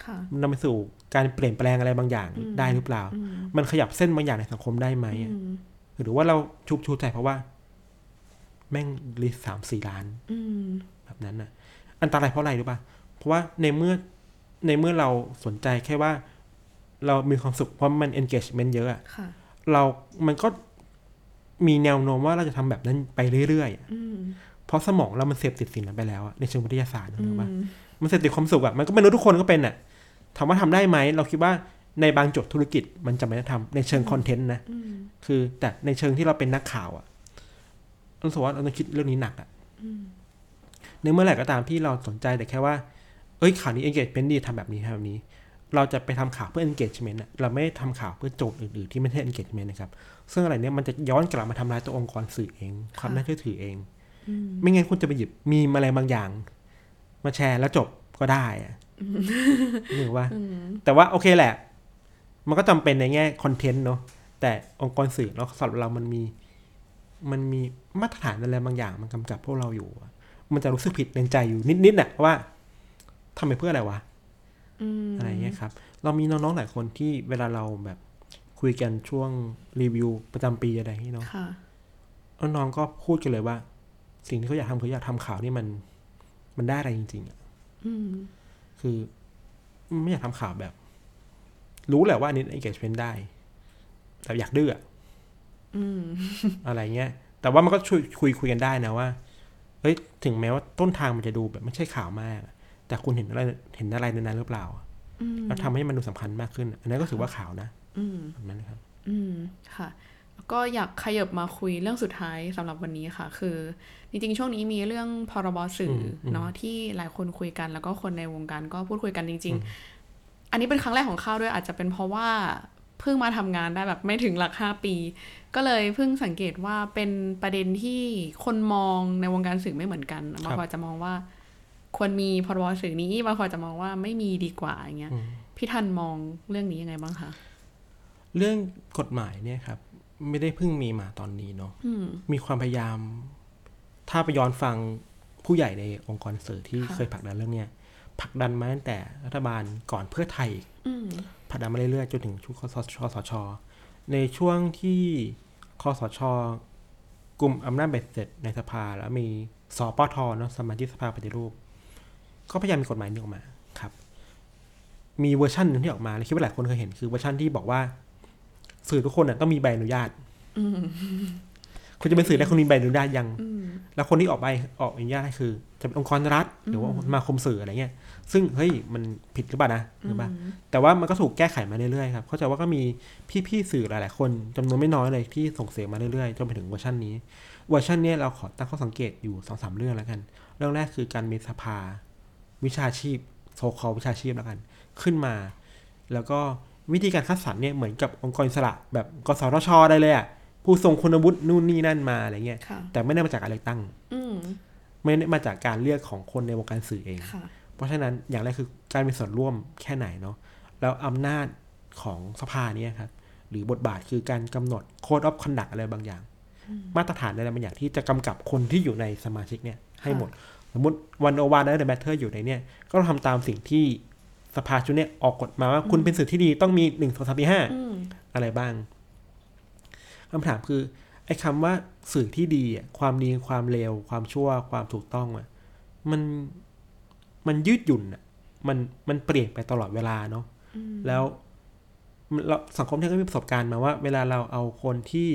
[SPEAKER 2] ค่ะ
[SPEAKER 3] นำไปสู่การเปลี่ยนแปลงอะไรบางอย่าง
[SPEAKER 2] อืม
[SPEAKER 3] ได้หรือเปล่า
[SPEAKER 2] อืม
[SPEAKER 3] มันขยับเส้นบางอย่างในสังคมได้ไหม
[SPEAKER 2] อื
[SPEAKER 3] อะ
[SPEAKER 2] ม
[SPEAKER 3] หรือว่าเราชุบชูใจเพราะว่า แม่งรีสามสี่ล้าน
[SPEAKER 2] อืม
[SPEAKER 3] แบบนั้นน่ะ อันตรายเพราะอะไรรู้ป่ะ เพราะว่าในเมื่อในเมื่อเราสนใจแค่ว่า เรามีความสุขเพราะมัน engagement เยอะอะ
[SPEAKER 2] ค่ะ
[SPEAKER 3] เรา มันก็มีแนวโน้มว่าเราจะทำแบบนั้นไปเรื่อยๆอะ
[SPEAKER 2] อืม
[SPEAKER 3] เพราะสมองเรามันเสพติดสิ่งนั้นไปแล้วอะในเชิงวิทยาศาสตร์นะ
[SPEAKER 2] อื
[SPEAKER 3] รู้
[SPEAKER 2] ม
[SPEAKER 3] ป่ะมันเสพติดความสุขอะมันก็ไม่รู้ทุกคนก็เป็นอะถามว่าทำได้ไหม เราคิดว่าในบางจุดธุรกิจมันจำเป็นต้องทำในเชิงคอนเทนต์นะ
[SPEAKER 2] อืม
[SPEAKER 3] คือแต่ในเชิงที่เราเป็นนักข่าวอะเราสกว่าเราต้องคิดเรื่องนี้หนักอะ
[SPEAKER 2] อืม
[SPEAKER 3] ในเมื่อไหร่ก็ตามที่เราสนใจแต่แค่ว่า เอ้ยข่าวนี้ engagement ดีทำแบบนี้ทำแบบนี้ เราจะไปทำข่าวเพื่อ engagement อะเราไม่ได้ทำข่าวเพื่อโจทย์อื่นๆที่ไม่ใช่ engagement นะครับ ซึ่งอะไรเนี้ยมันจะย้อนกลับมาทำลายตัวองค์กรสื่อเอง ความน่าเชื่อถือเอง
[SPEAKER 2] อืม
[SPEAKER 3] ไม่งั้นคุณจะไปหยิบมีมอะไรบางอย่าง มาแชร์แล้วจบก็ได้อะหรือว่า แต่ว่าโอเคแหละ มันก็จำเป็นในแง่คอนเทนต์เนาะแต่องค์กรสื่อเราสำหรับเรามันมี มันมีมาตรฐานอะไรบางอย่าง มันกำกับพวกเราอยู่อะมันจะรู้สึกผิดในใจอยู่นิดๆน่ะว่าทำไปเพื่ออะไรวะ
[SPEAKER 2] อืม
[SPEAKER 3] อะไรเงี้ยครับ เรามีน้องๆหลายคนที่เวลาเราแบบคุยกันช่วงรีวิวประจำปีอะไรอย่างเงี้ยเนาะ
[SPEAKER 2] ค่ะ
[SPEAKER 3] น้องๆก็พูดกันเลยว่า สิ่งที่เขาอยากทำคืออยากทำข่าวนี่มันมันได้อะไรจริงๆอะ
[SPEAKER 2] อืม
[SPEAKER 3] คือไม่อยากทำข่าวแบบ รู้แหละว่าอันนี้ engagement ได้ แต่อยากดื้ออะ
[SPEAKER 2] อืม
[SPEAKER 3] อะไรเงี้ย แต่ว่ามันก็ช่วยคุยคุยกันได้นะว่าเอ้ยถึงแม้ว่าต้นทางมันจะดูแบบไม่ใช่ข่าวมากอะแต่คุณเห็นอะไรเห็นอะไรในนั้นหรือเปล่าอะ
[SPEAKER 2] อืม
[SPEAKER 3] แล้วทำให้มันดูสำคัญมากขึ้นอะอันนั้นก็ถือว่าข่าวนะ
[SPEAKER 2] อืม
[SPEAKER 3] แบบนั้นนะครับ
[SPEAKER 2] อืมค่ะแล้วก็อยากขยับมาคุยเรื่องสุดท้ายสำหรับวันนี้ค่ะ คือ จริงๆ ช่วงนี้มีเรื่องพรบสื่ออ
[SPEAKER 3] มอืม
[SPEAKER 2] เนาะที่หลายคนคุยกัน แล้วก็คนในวงการก็พูดคุยกันจริง ๆ อันนี้เป็นครั้งแรกของข้าวด้วยอาจจะเป็นเพราะว่าเพิ่งมาทำงานได้แบบไม่ถึงหลัก 5 ปี ก็เลยเพิ่งสังเกตว่าเป็นประเด็นที่คนมองในวงการสื่อไม่เหมือนกันบางคนอาจจะมองว่า ควรมีพรบสื่อนี้บางคนอาจจะมองว่าไม่มีดีกว่าอย่างเงี้ย
[SPEAKER 3] อืม
[SPEAKER 2] พี่ทันมองเรื่องนี้ยังไงบ้างคะ
[SPEAKER 3] เรื่องกฎหมายเนี่ยครับ ไม่ได้เพิ่งมีมาตอนนี้เนาะ
[SPEAKER 2] อืม
[SPEAKER 3] มีความพยายาม ถ้าไปย้อนฟังผู้ใหญ่ในองค์กรสื่อที่
[SPEAKER 2] ค่ะ
[SPEAKER 3] เคยผลักดันเรื่องเนี้ยผลักดันมาตั้งแต่รัฐบาลก่อนเพื่อไทยอีก
[SPEAKER 2] อืม
[SPEAKER 3] ผลักดันมาเรื่อยๆจนถึงชุดคสชสช ในช่วงที่คสชกลุ่มอำนาจเบ็ดเสร็จในสภา แล้วมีสปทเนาะสมาชิกสภาปฏิรูป ก็พยายามมีกฎหมายนี้ออกมาครับ มีเวอร์ชันหนึ่งที่ออกมาและคิดว่าหลายคนเคยเห็นคือเวอร์ชันที่บอกว่า สื่อทุกคนน่ะต้องมีใบอนุญาต
[SPEAKER 2] อืม
[SPEAKER 3] คุณจะเป็นสื่อได้คุณมีใบอนุญาตยัง
[SPEAKER 2] อืม
[SPEAKER 3] แล้วคนที่ออกใบออกอนุญาตให้คือ จะเป็นองค์กรรัฐ หรือว่าสมาคมสื่ออะไรเงี้ย ซึ่งเฮ้ยมันผิดหรือเปล่านะหรือเปล่าแต่ว่ามันก็ถูกแก้ไขมาเรื่อยๆครับเข้าใจว่าก็มีพี่ๆสื่อหลายๆคนจำนวนไม่น้อยเลยที่ส่งเสียงมาเรื่อยๆจนไปถึงเวอร์ชันนี้ เวอร์ชันเนี้ยเราขอตั้งข้อสังเกตอยู่สองสามเรื่องแล้วกัน เรื่องแรกคือการมีสภา วิชาชีพ โซคอลวิชาชีพแล้วกัน ขึ้นมา แล้วก็วิธีการคัดสรรเนี่ยเหมือนกับองค์กรอิสระแบบกสทชได้เลยอะ่ะผู้ทรงคุณวุฒินู่นนี่นั่นมาอะไรเงี้ย
[SPEAKER 4] ค่ะ
[SPEAKER 3] แต่ไม่ได้มาจากการเลือกตั้ง
[SPEAKER 4] อืม
[SPEAKER 3] ไม่ได้มาจากการเลือกของคนในวงการสื่อเอง
[SPEAKER 4] ค่ะ
[SPEAKER 3] เพราะฉะนั้นอย่างแรกคือการมีส่วนร่วมแค่ไหนเนาะแล้วอำนาจของสภาเนี่ยครับหรือบทบาทคือการกำหนดโค d ดอ f ค o นดักอะไรบางอย่าง มาตรฐานอะไรบางอย่างที่จะกำกับคนที่อยู่ในสมาชิกเนี่ยให้หมด สมมติวันโอวานและเดอะแมทเทอร์อยู่ในเนี่ย ก็ต้องทำตามสิ่งที่สภาชุดเนี่ยออกกฎมาว่าคุณเป็นสื่อที่ดีต้องมีหนึ่งสองสามสี่ห้า
[SPEAKER 4] อืม
[SPEAKER 3] อะไรบ้างคำถามคือ ไอ้คำว่าสื่อที่ดีอะความดีความเลวความชั่วความถูกต้องอะมันมันยืดหยุ่นอะมันมันเปลี่ยนไปตลอดเวลาเนาะแล้วมันเราสังคมที่ก็มีประสบการณ์มาว่า เวลาเราเอาคนที่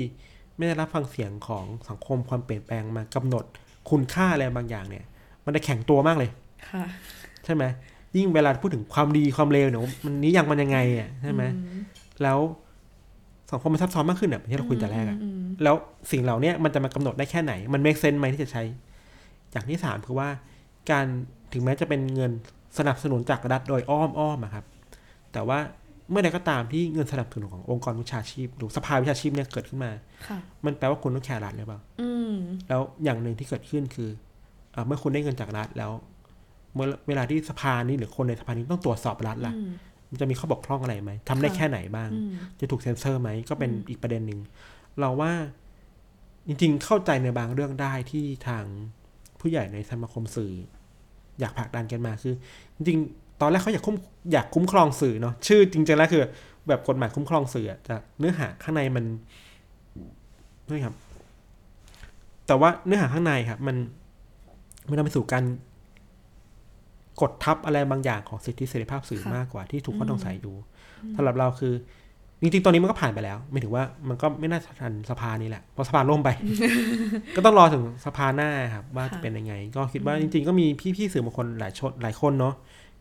[SPEAKER 3] ไม่ได้รับฟังเสียงของสังคมความเปลี่ยนแปลงมากำหนดคุณค่าอะไรบางอย่างเนี่ย มันจะแข็งตัวมากเลย
[SPEAKER 4] ค่ะ
[SPEAKER 3] ใช่ไหมยิ่งเวลาพูดถึงความดีความเลวเนี่ยมันนี้ยังมันยังไงอ่ะใช่ไหม แล้วสังคมมันซับซ้อนมากขึ้นแบบที่เราคุยแต่แรกอะ
[SPEAKER 4] อืม
[SPEAKER 3] แล้วสิ่งเหล่าเนี้ยมันจะมากำหนดได้แค่ไหน มันเมคเซนไหมที่จะใช้ อย่างที่สามคือว่า การถึงแม้จะเป็นเงินสนับสนุนจากรัฐโดยอ้อมๆออะครับ แต่ว่าเมื่อใดก็ตามที่เงินสนับสนุนขององค์กรวิชาชีพ หรือสภาวิชาชีพเนี่ยเกิดขึ้นมา
[SPEAKER 4] ค่ะ
[SPEAKER 3] มันแปลว่าคุณต้องแคร์รัฐหรือเปล่า
[SPEAKER 4] อืม
[SPEAKER 3] แล้วอย่างหนึ่งที่เกิดขึ้นคืออาเมื่อคุณได้เงินจากรัฐแล้ว เมื่อเวลาที่สภานี้หรือคนในสภานี้ต้องตรวจสอบรัฐล่ะ
[SPEAKER 4] อืม
[SPEAKER 3] มันจะมีข้อบกพร่องอะไรไหมทำได้
[SPEAKER 4] ค่ะ
[SPEAKER 3] แค่ไหนบ้าง
[SPEAKER 4] อืม
[SPEAKER 3] จะถูกเซ็นเซอร์ไหมก็เป็น
[SPEAKER 4] อืม
[SPEAKER 3] อีกประเด็นหนึ่งเราว่าจริงๆเข้าใจในบางเรื่องได้ที่ทางผู้ใหญ่ในสมาคมสื่อ อยากผลักดันกันมาคือ จริงๆตอนแรกเขาอยากคุ้มอยากคุ้มครองสื่อเนาะชื่อจริงๆแล้วคือ แบบกฎหมายคุ้มครองสื่ออะแต่เนื้อหาข้างในมันนี่ครับ แต่ว่าเนื้อหาข้างในครับ มันมันนำไปสู่การกดทับอะไรบางอย่างของสิทธิเสรีภาพสื่อ
[SPEAKER 4] ค่ะ
[SPEAKER 3] มากกว่าที่ถูกข้อสงสัยอยู่ สำหรับเราคือ จริงๆ ตอนนี้มันก็ผ่านไปแล้วหมายถึงว่ามันก็ไม่น่าทันสภานี้แหละเพราะสภาล่มไป ก็ต้องรอถึงสภาหน้าครับ ว่าจะ
[SPEAKER 4] ค่ะ
[SPEAKER 3] เป็นยังไง ก็คิดว่าจริง ๆ ก็มีพี่ๆสื่อบางคนหลายชนหลายคนเนาะ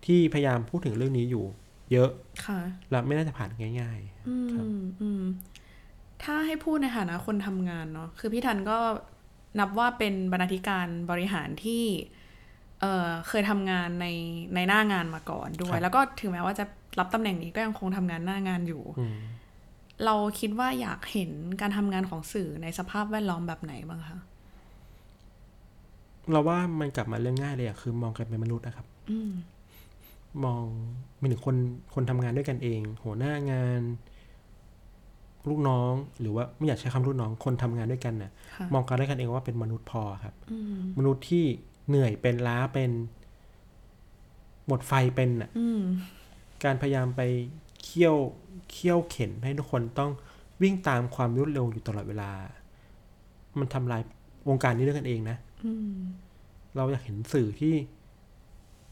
[SPEAKER 3] ที่พยายามพูดถึงเรื่องนี้อยู่ เยอะ
[SPEAKER 4] ค่ะ
[SPEAKER 3] และไม่น่าจะผ่านง่าย
[SPEAKER 4] อืม
[SPEAKER 3] ครับ
[SPEAKER 4] อืมถ้าให้พูดในฐานะคนทำงานเนาะคือพี่ทันก็นับว่าเป็นบรรณาธิการบริหารที่เอ่อเคยทำงานในในหน้างานมาก่อนด้ว
[SPEAKER 3] ครั
[SPEAKER 4] ย
[SPEAKER 3] บ
[SPEAKER 4] แล้วก็ถึงแม้ว่าจะรับตำแหน่งนี้ก็ยังคงทำงานหน้างานอยู่
[SPEAKER 3] ๆอืม
[SPEAKER 4] เราคิดว่าอยากเห็นการทำงานของสื่อในสภาพแวดล้อมแบบไหนบ้างคะ
[SPEAKER 3] เราว่ามันกลับมาเรื่องง่ายเลยอะคือมองกันเป็นมนุษย์นะครับ
[SPEAKER 4] อืม
[SPEAKER 3] มองมีถึงคนคนทำงานด้วยกันเอง หัวหน้างาน ลูกน้องหรือว่าไม่อยากใช้คำลูกน้องคนทำงานด้วยกันน่ะ
[SPEAKER 4] ค่ะ
[SPEAKER 3] มองกันด้วยกันเองว่าเป็นมนุษย์พอครับ
[SPEAKER 4] อืม
[SPEAKER 3] มนุษย์ที่เหนื่อยเป็นล้าเป็นหมดไฟเป็นน่ะ
[SPEAKER 4] อืม
[SPEAKER 3] การพยายามไปเคี่ยวเคี่ยวเข็นให้ทุกคนต้องวิ่งตามความรวดเร็วอยู่ตลอดเวลา มันทำลายวงการนี้ด้วยกันเองนะ
[SPEAKER 4] อืม
[SPEAKER 3] เราอยากเห็นสื่อที่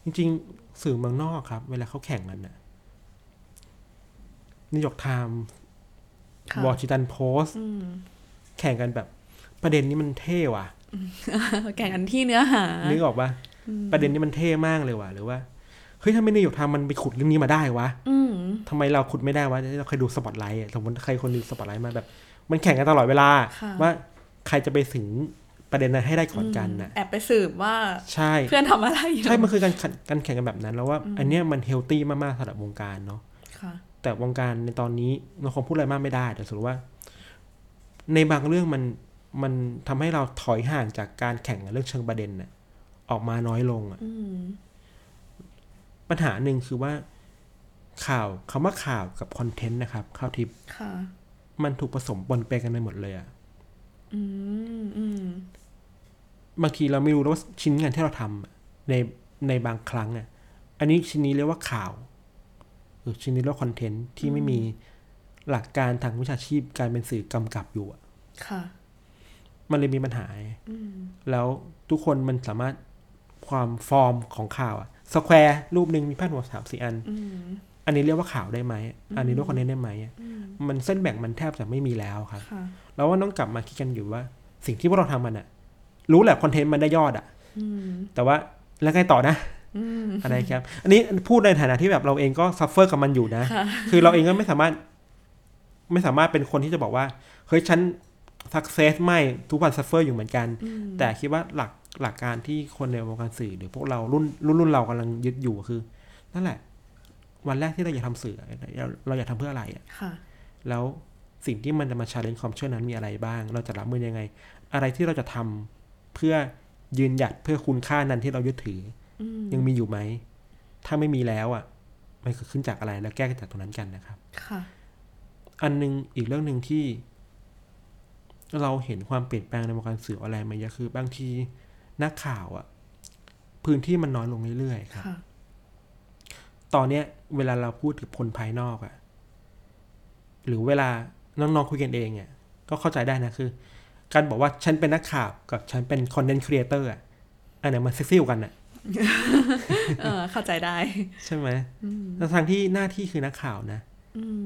[SPEAKER 3] จริงๆ สื่อเมืองนอกครับ เวลาเขาแข่งกันน่ะนิวยอร์กไทม์
[SPEAKER 4] ค่ะ
[SPEAKER 3] วอชิงตันโพสต์
[SPEAKER 4] อืม
[SPEAKER 3] แข่งกันแบบ ประเด็นนี้มันเท่ว่ะ
[SPEAKER 4] แข่งกันที่เนื้อหา
[SPEAKER 3] นึกออกปะ
[SPEAKER 4] อืม
[SPEAKER 3] ประเด็นนี้มันเท่มากเลยว่ะหรือว่าเฮ้ยทำไมนิวยอร์กไทม์มันไปขุดเรื่องนี้มาได้วะ
[SPEAKER 4] อืม
[SPEAKER 3] ทำไมเราขุดไม่ได้วะเราเคยดูสปอตไลท์อะสมมติใครคนดูสปอตไลท์มาแบบ มันแข่งกันตลอดเวลา
[SPEAKER 4] ค่ะ
[SPEAKER 3] ว่าใครจะไปถึงประเด็นนั้นให้ได้ก่อนกันน่ะ
[SPEAKER 4] แอบไปสืบว่า
[SPEAKER 3] ใช่
[SPEAKER 4] เพื่อนทำอะไรอยู่
[SPEAKER 3] ใช่มันคือการขัดการแข่งกันแบบนั้น แล้วว่า อันเนี้ยมันเฮลตี้มากๆสำหรับวงการเนาะ
[SPEAKER 4] ค่ะ
[SPEAKER 3] แต่วงการในตอนนี้เราคงพูดอะไรมากไม่ได้ แต่สรุปว่า ในบางเรื่องมันมันทำให้เราถอยห่างจากการแข่งกันเรื่องเชิงประเด็นน่ะออกมาน้อยลงอะ
[SPEAKER 4] อืม
[SPEAKER 3] ปัญหาหนึ่งคือว่าข่าวคำว่าข่าวกับคอนเทนต์นะครับข่าวทิป
[SPEAKER 4] ค่ะ
[SPEAKER 3] มันถูกผสมปนเปกันไปหมดเลยอะ
[SPEAKER 4] อืม อืม
[SPEAKER 3] บางทีเราไม่รู้แล้วว่าชิ้นงานที่เราทำอะในในบางครั้งอะอันนี้ชิ้นนี้เรียกว่าข่าวหรือชิ้นนี้เรียกว่าคอนเทนต์ที่ไม่มีหลักการทางวิชาชีพการเป็นสื่อกำกับอยู่อะ
[SPEAKER 4] ค่ะ
[SPEAKER 3] มันเลยมีปัญหาไง
[SPEAKER 4] อืม
[SPEAKER 3] แล้วทุกคนมันสามารถความฟอร์มของข่าวอะสแควร์รูปหนึ่งมีพาดหัวสามสี่อัน
[SPEAKER 4] อืม
[SPEAKER 3] อันนี้เรียกว่าข่าวได้ไหม อันนี้เรียกว่าคอนเทนต์ได้ไหมอะ
[SPEAKER 4] อืม
[SPEAKER 3] มันเส้นแบ่งมันแทบจะไม่มีแล้วครับ
[SPEAKER 4] ค่ะ
[SPEAKER 3] เราว่าต้องกลับมาคิดกันอยู่ว่า สิ่งที่พวกเราทำมันอะรู้แหละคอนเทนต์มันได้ยอดอะ
[SPEAKER 4] อืม
[SPEAKER 3] แต่ว่าแล้วไงต่อนะ
[SPEAKER 4] อืม
[SPEAKER 3] อะไรครับ อันนี้พูดในฐานะที่แบบเราเองก็ซัฟเฟอร์กับมันอยู่นะ คือเราเองก็ไม่สามารถ ไม่สามารถเป็นคนที่จะบอกว่า เฮ้ยฉันสักเซสไม่ทุกวันซัฟเฟอร์อยู่เหมือนกัน
[SPEAKER 4] อืม
[SPEAKER 3] แต่คิดว่าหลักหลักการที่คนในวงการสื่อหรือพวกเรารุ่นรุ่นรุ่นเรากำลังยึดอยู่คือ นั่นแหละ วันแรกที่เราอยากทำสื่อเราเราอยากทำเพื่ออะไรอะ
[SPEAKER 2] ค่ะ
[SPEAKER 3] แล้วสิ่งที่มันจะมาชาเลนจ์ความเชื่อนั้นมีอะไรบ้าง เราจะรับมือยังไง อะไรที่เราจะทำเพื่อยืนหยัดเพื่อคุณค่านั้นที่เรายึดถืออยังมีอยู่ไหม ถ้าไม่มีแล้วอ่ะ มันคือขึ้นจากอะไรแล้วแก้จากตรงนั้นกันนะครับ
[SPEAKER 2] ค่ะ
[SPEAKER 3] อันหนึงอีกเรื่องหนึ่งที่ เราเห็นความเปลี่ยนแปลงในวงการสื่อออนไลน์มาเยอะคือบางทีนักข่าวอะพื้นที่มันน้อยลงเรื่อยๆครับ
[SPEAKER 2] ค่ะ
[SPEAKER 3] ตอนเนี้ย เวลาเราพูดกับคนภายนอกอะหรือเวลาน้องๆคุยกันเองอะก็เข้าใจได้นะคือ การบอกว่าฉันเป็นนักข่าวกับฉันเป็นคอนเทนต์ครีเอเตอร์อะอันไหนมันเซ็กซี่กว่ากันอะ
[SPEAKER 2] เออเข้าใจได้
[SPEAKER 3] ใช่ไหมแล้วทางที่หน้าที่คือนักข่าวนะ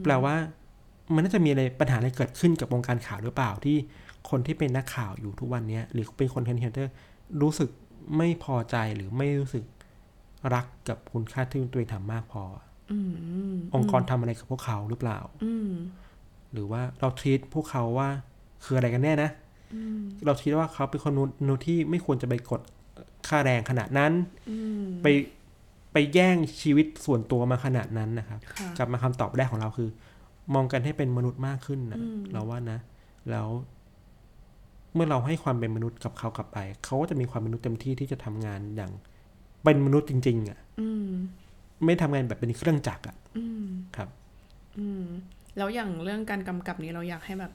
[SPEAKER 3] แปลว่ามันน่าจะมีอะไรปัญหาอะไรเกิดขึ้นกับวงการข่าวหรือเปล่าที่คนที่เป็นนักข่าวอยู่ทุกวันเนี้ยหรือเป็นคนเทนเทนเตอร์รู้สึกไม่พอใจหรือไม่รู้สึกรักกับคุณค่าที่ตัวเองทำมากพออะ
[SPEAKER 2] อืม
[SPEAKER 3] องค์กรทำอะไรกับพวกเขาหรือเปล่า
[SPEAKER 2] อืม
[SPEAKER 3] หรือว่าเราทีตพวกเขาว่าคืออะไรกันแน่นะเราคิดว่าเขาเป็นคนนู้นนู้นที่ไม่ควรจะไปกดค่าแรงขนาดนั้น
[SPEAKER 2] อืม
[SPEAKER 3] ไปไปแย่งชีวิตส่วนตัวมาขนาดนั้นนะครับ
[SPEAKER 2] ค่ะ
[SPEAKER 3] กลับมาคำตอบแรกของเราคือ มองกันให้เป็นมนุษย์มากขึ้นนะ
[SPEAKER 2] อืม
[SPEAKER 3] เราว่านะ แล้ว เมื่อเราให้ความเป็นมนุษย์กับเขากลับไป เขาก็จะมีความเป็นมนุษย์เต็มที่ที่จะทำงานอย่าง เป็นมนุษย์จริง ๆอะ่ะ
[SPEAKER 2] อืม
[SPEAKER 3] ไม่ทำงานแบบเป็นเครื่องจักรอะ่ะ
[SPEAKER 2] อืม
[SPEAKER 3] ครับ
[SPEAKER 2] อืม แล้วอย่างเรื่องการกำกับนี้เราอยากให้แบบ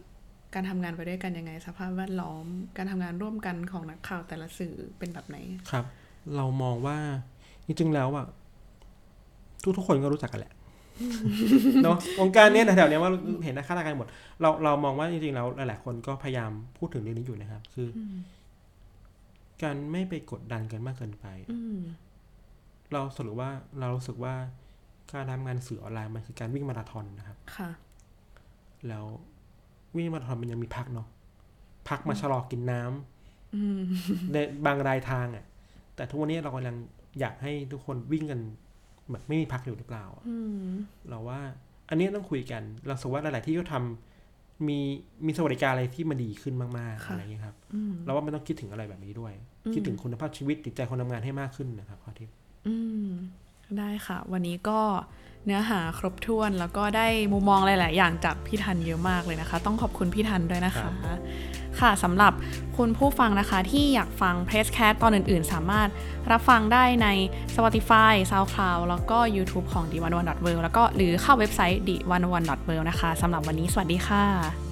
[SPEAKER 2] การทำงานไปด้วยกันยังไง สภาพแวดล้อม การทำงานร่วมกันของนักข่าวแต่ละสื่อเป็นแบบไหน
[SPEAKER 3] ครับ เรามองว่าจริงๆแล้วอ่ะทุกๆคนก็รู้จักกันแหละ เนาะองค์การเนี้ยนะแถวเนี้ยว่าเห็นนะค่าตากันหมด เราเรามองว่าจริงๆแล้วหลายๆคนก็พยายามพูดถึงเรื่องนี้อยู่นะครับ คืออการไม่ไปกดดันกันมากเกินไป
[SPEAKER 2] อืม
[SPEAKER 3] เราสรุปว่าเรารู้สึกว่าการทำงานสื่อออนไลน์มันคือการวิ่งมาราธอนนะครับ
[SPEAKER 2] ค่ะ
[SPEAKER 3] แล้ววิ่งมาราธอนมันยังมีพักเนาะพักมาชะลอกินน้ำ
[SPEAKER 2] อืม
[SPEAKER 3] ในบางรายทางอะ่ะ แต่ทุกวันนี้เรากำลังอยากให้ทุกคนวิ่งกันแบบไม่มีพักอยู่หรือเปล่าอะ
[SPEAKER 2] อืม
[SPEAKER 3] เราว่า อันเนี้ยต้องคุยกัน เราสกว่าหลาย ๆ ที่ก็ทำมีมีสวัสดิการอะไรที่มันดีขึ้นมากๆ
[SPEAKER 2] ค่ะ
[SPEAKER 3] อะไรอย่างเงี้ยครับ
[SPEAKER 2] อืม
[SPEAKER 3] เราว่ามันต้องคิดถึงอะไรแบบนี้ด้วย คิดถึงคุณภาพชีวิตจิตใจคนทำงานให้มากขึ้นนะครับข้อที่
[SPEAKER 2] อืม ได้ค่ะ วันนี้ก็เนื้อหาครบถ้วนแล้วก็ได้มุมมองหลาย ๆ อย่างจากพี่ทันเยอะมากเลยนะคะ ต้องขอบคุณพี่ทันด้วยนะคะ ค่ะสำหรับคุณผู้ฟังนะคะที่อยากฟัง p r e s s c a t ตอนอื่น ๆ สามารถรับฟังได้ใน Spotify SoundCloud แล้วก็ YouTube ของ d 1 1 w o r l d แล้วก็หรือเข้าเว็บไซต์ d 1 1 w o r l d นะคะสำหรับวันนี้สวัสดีค่ะ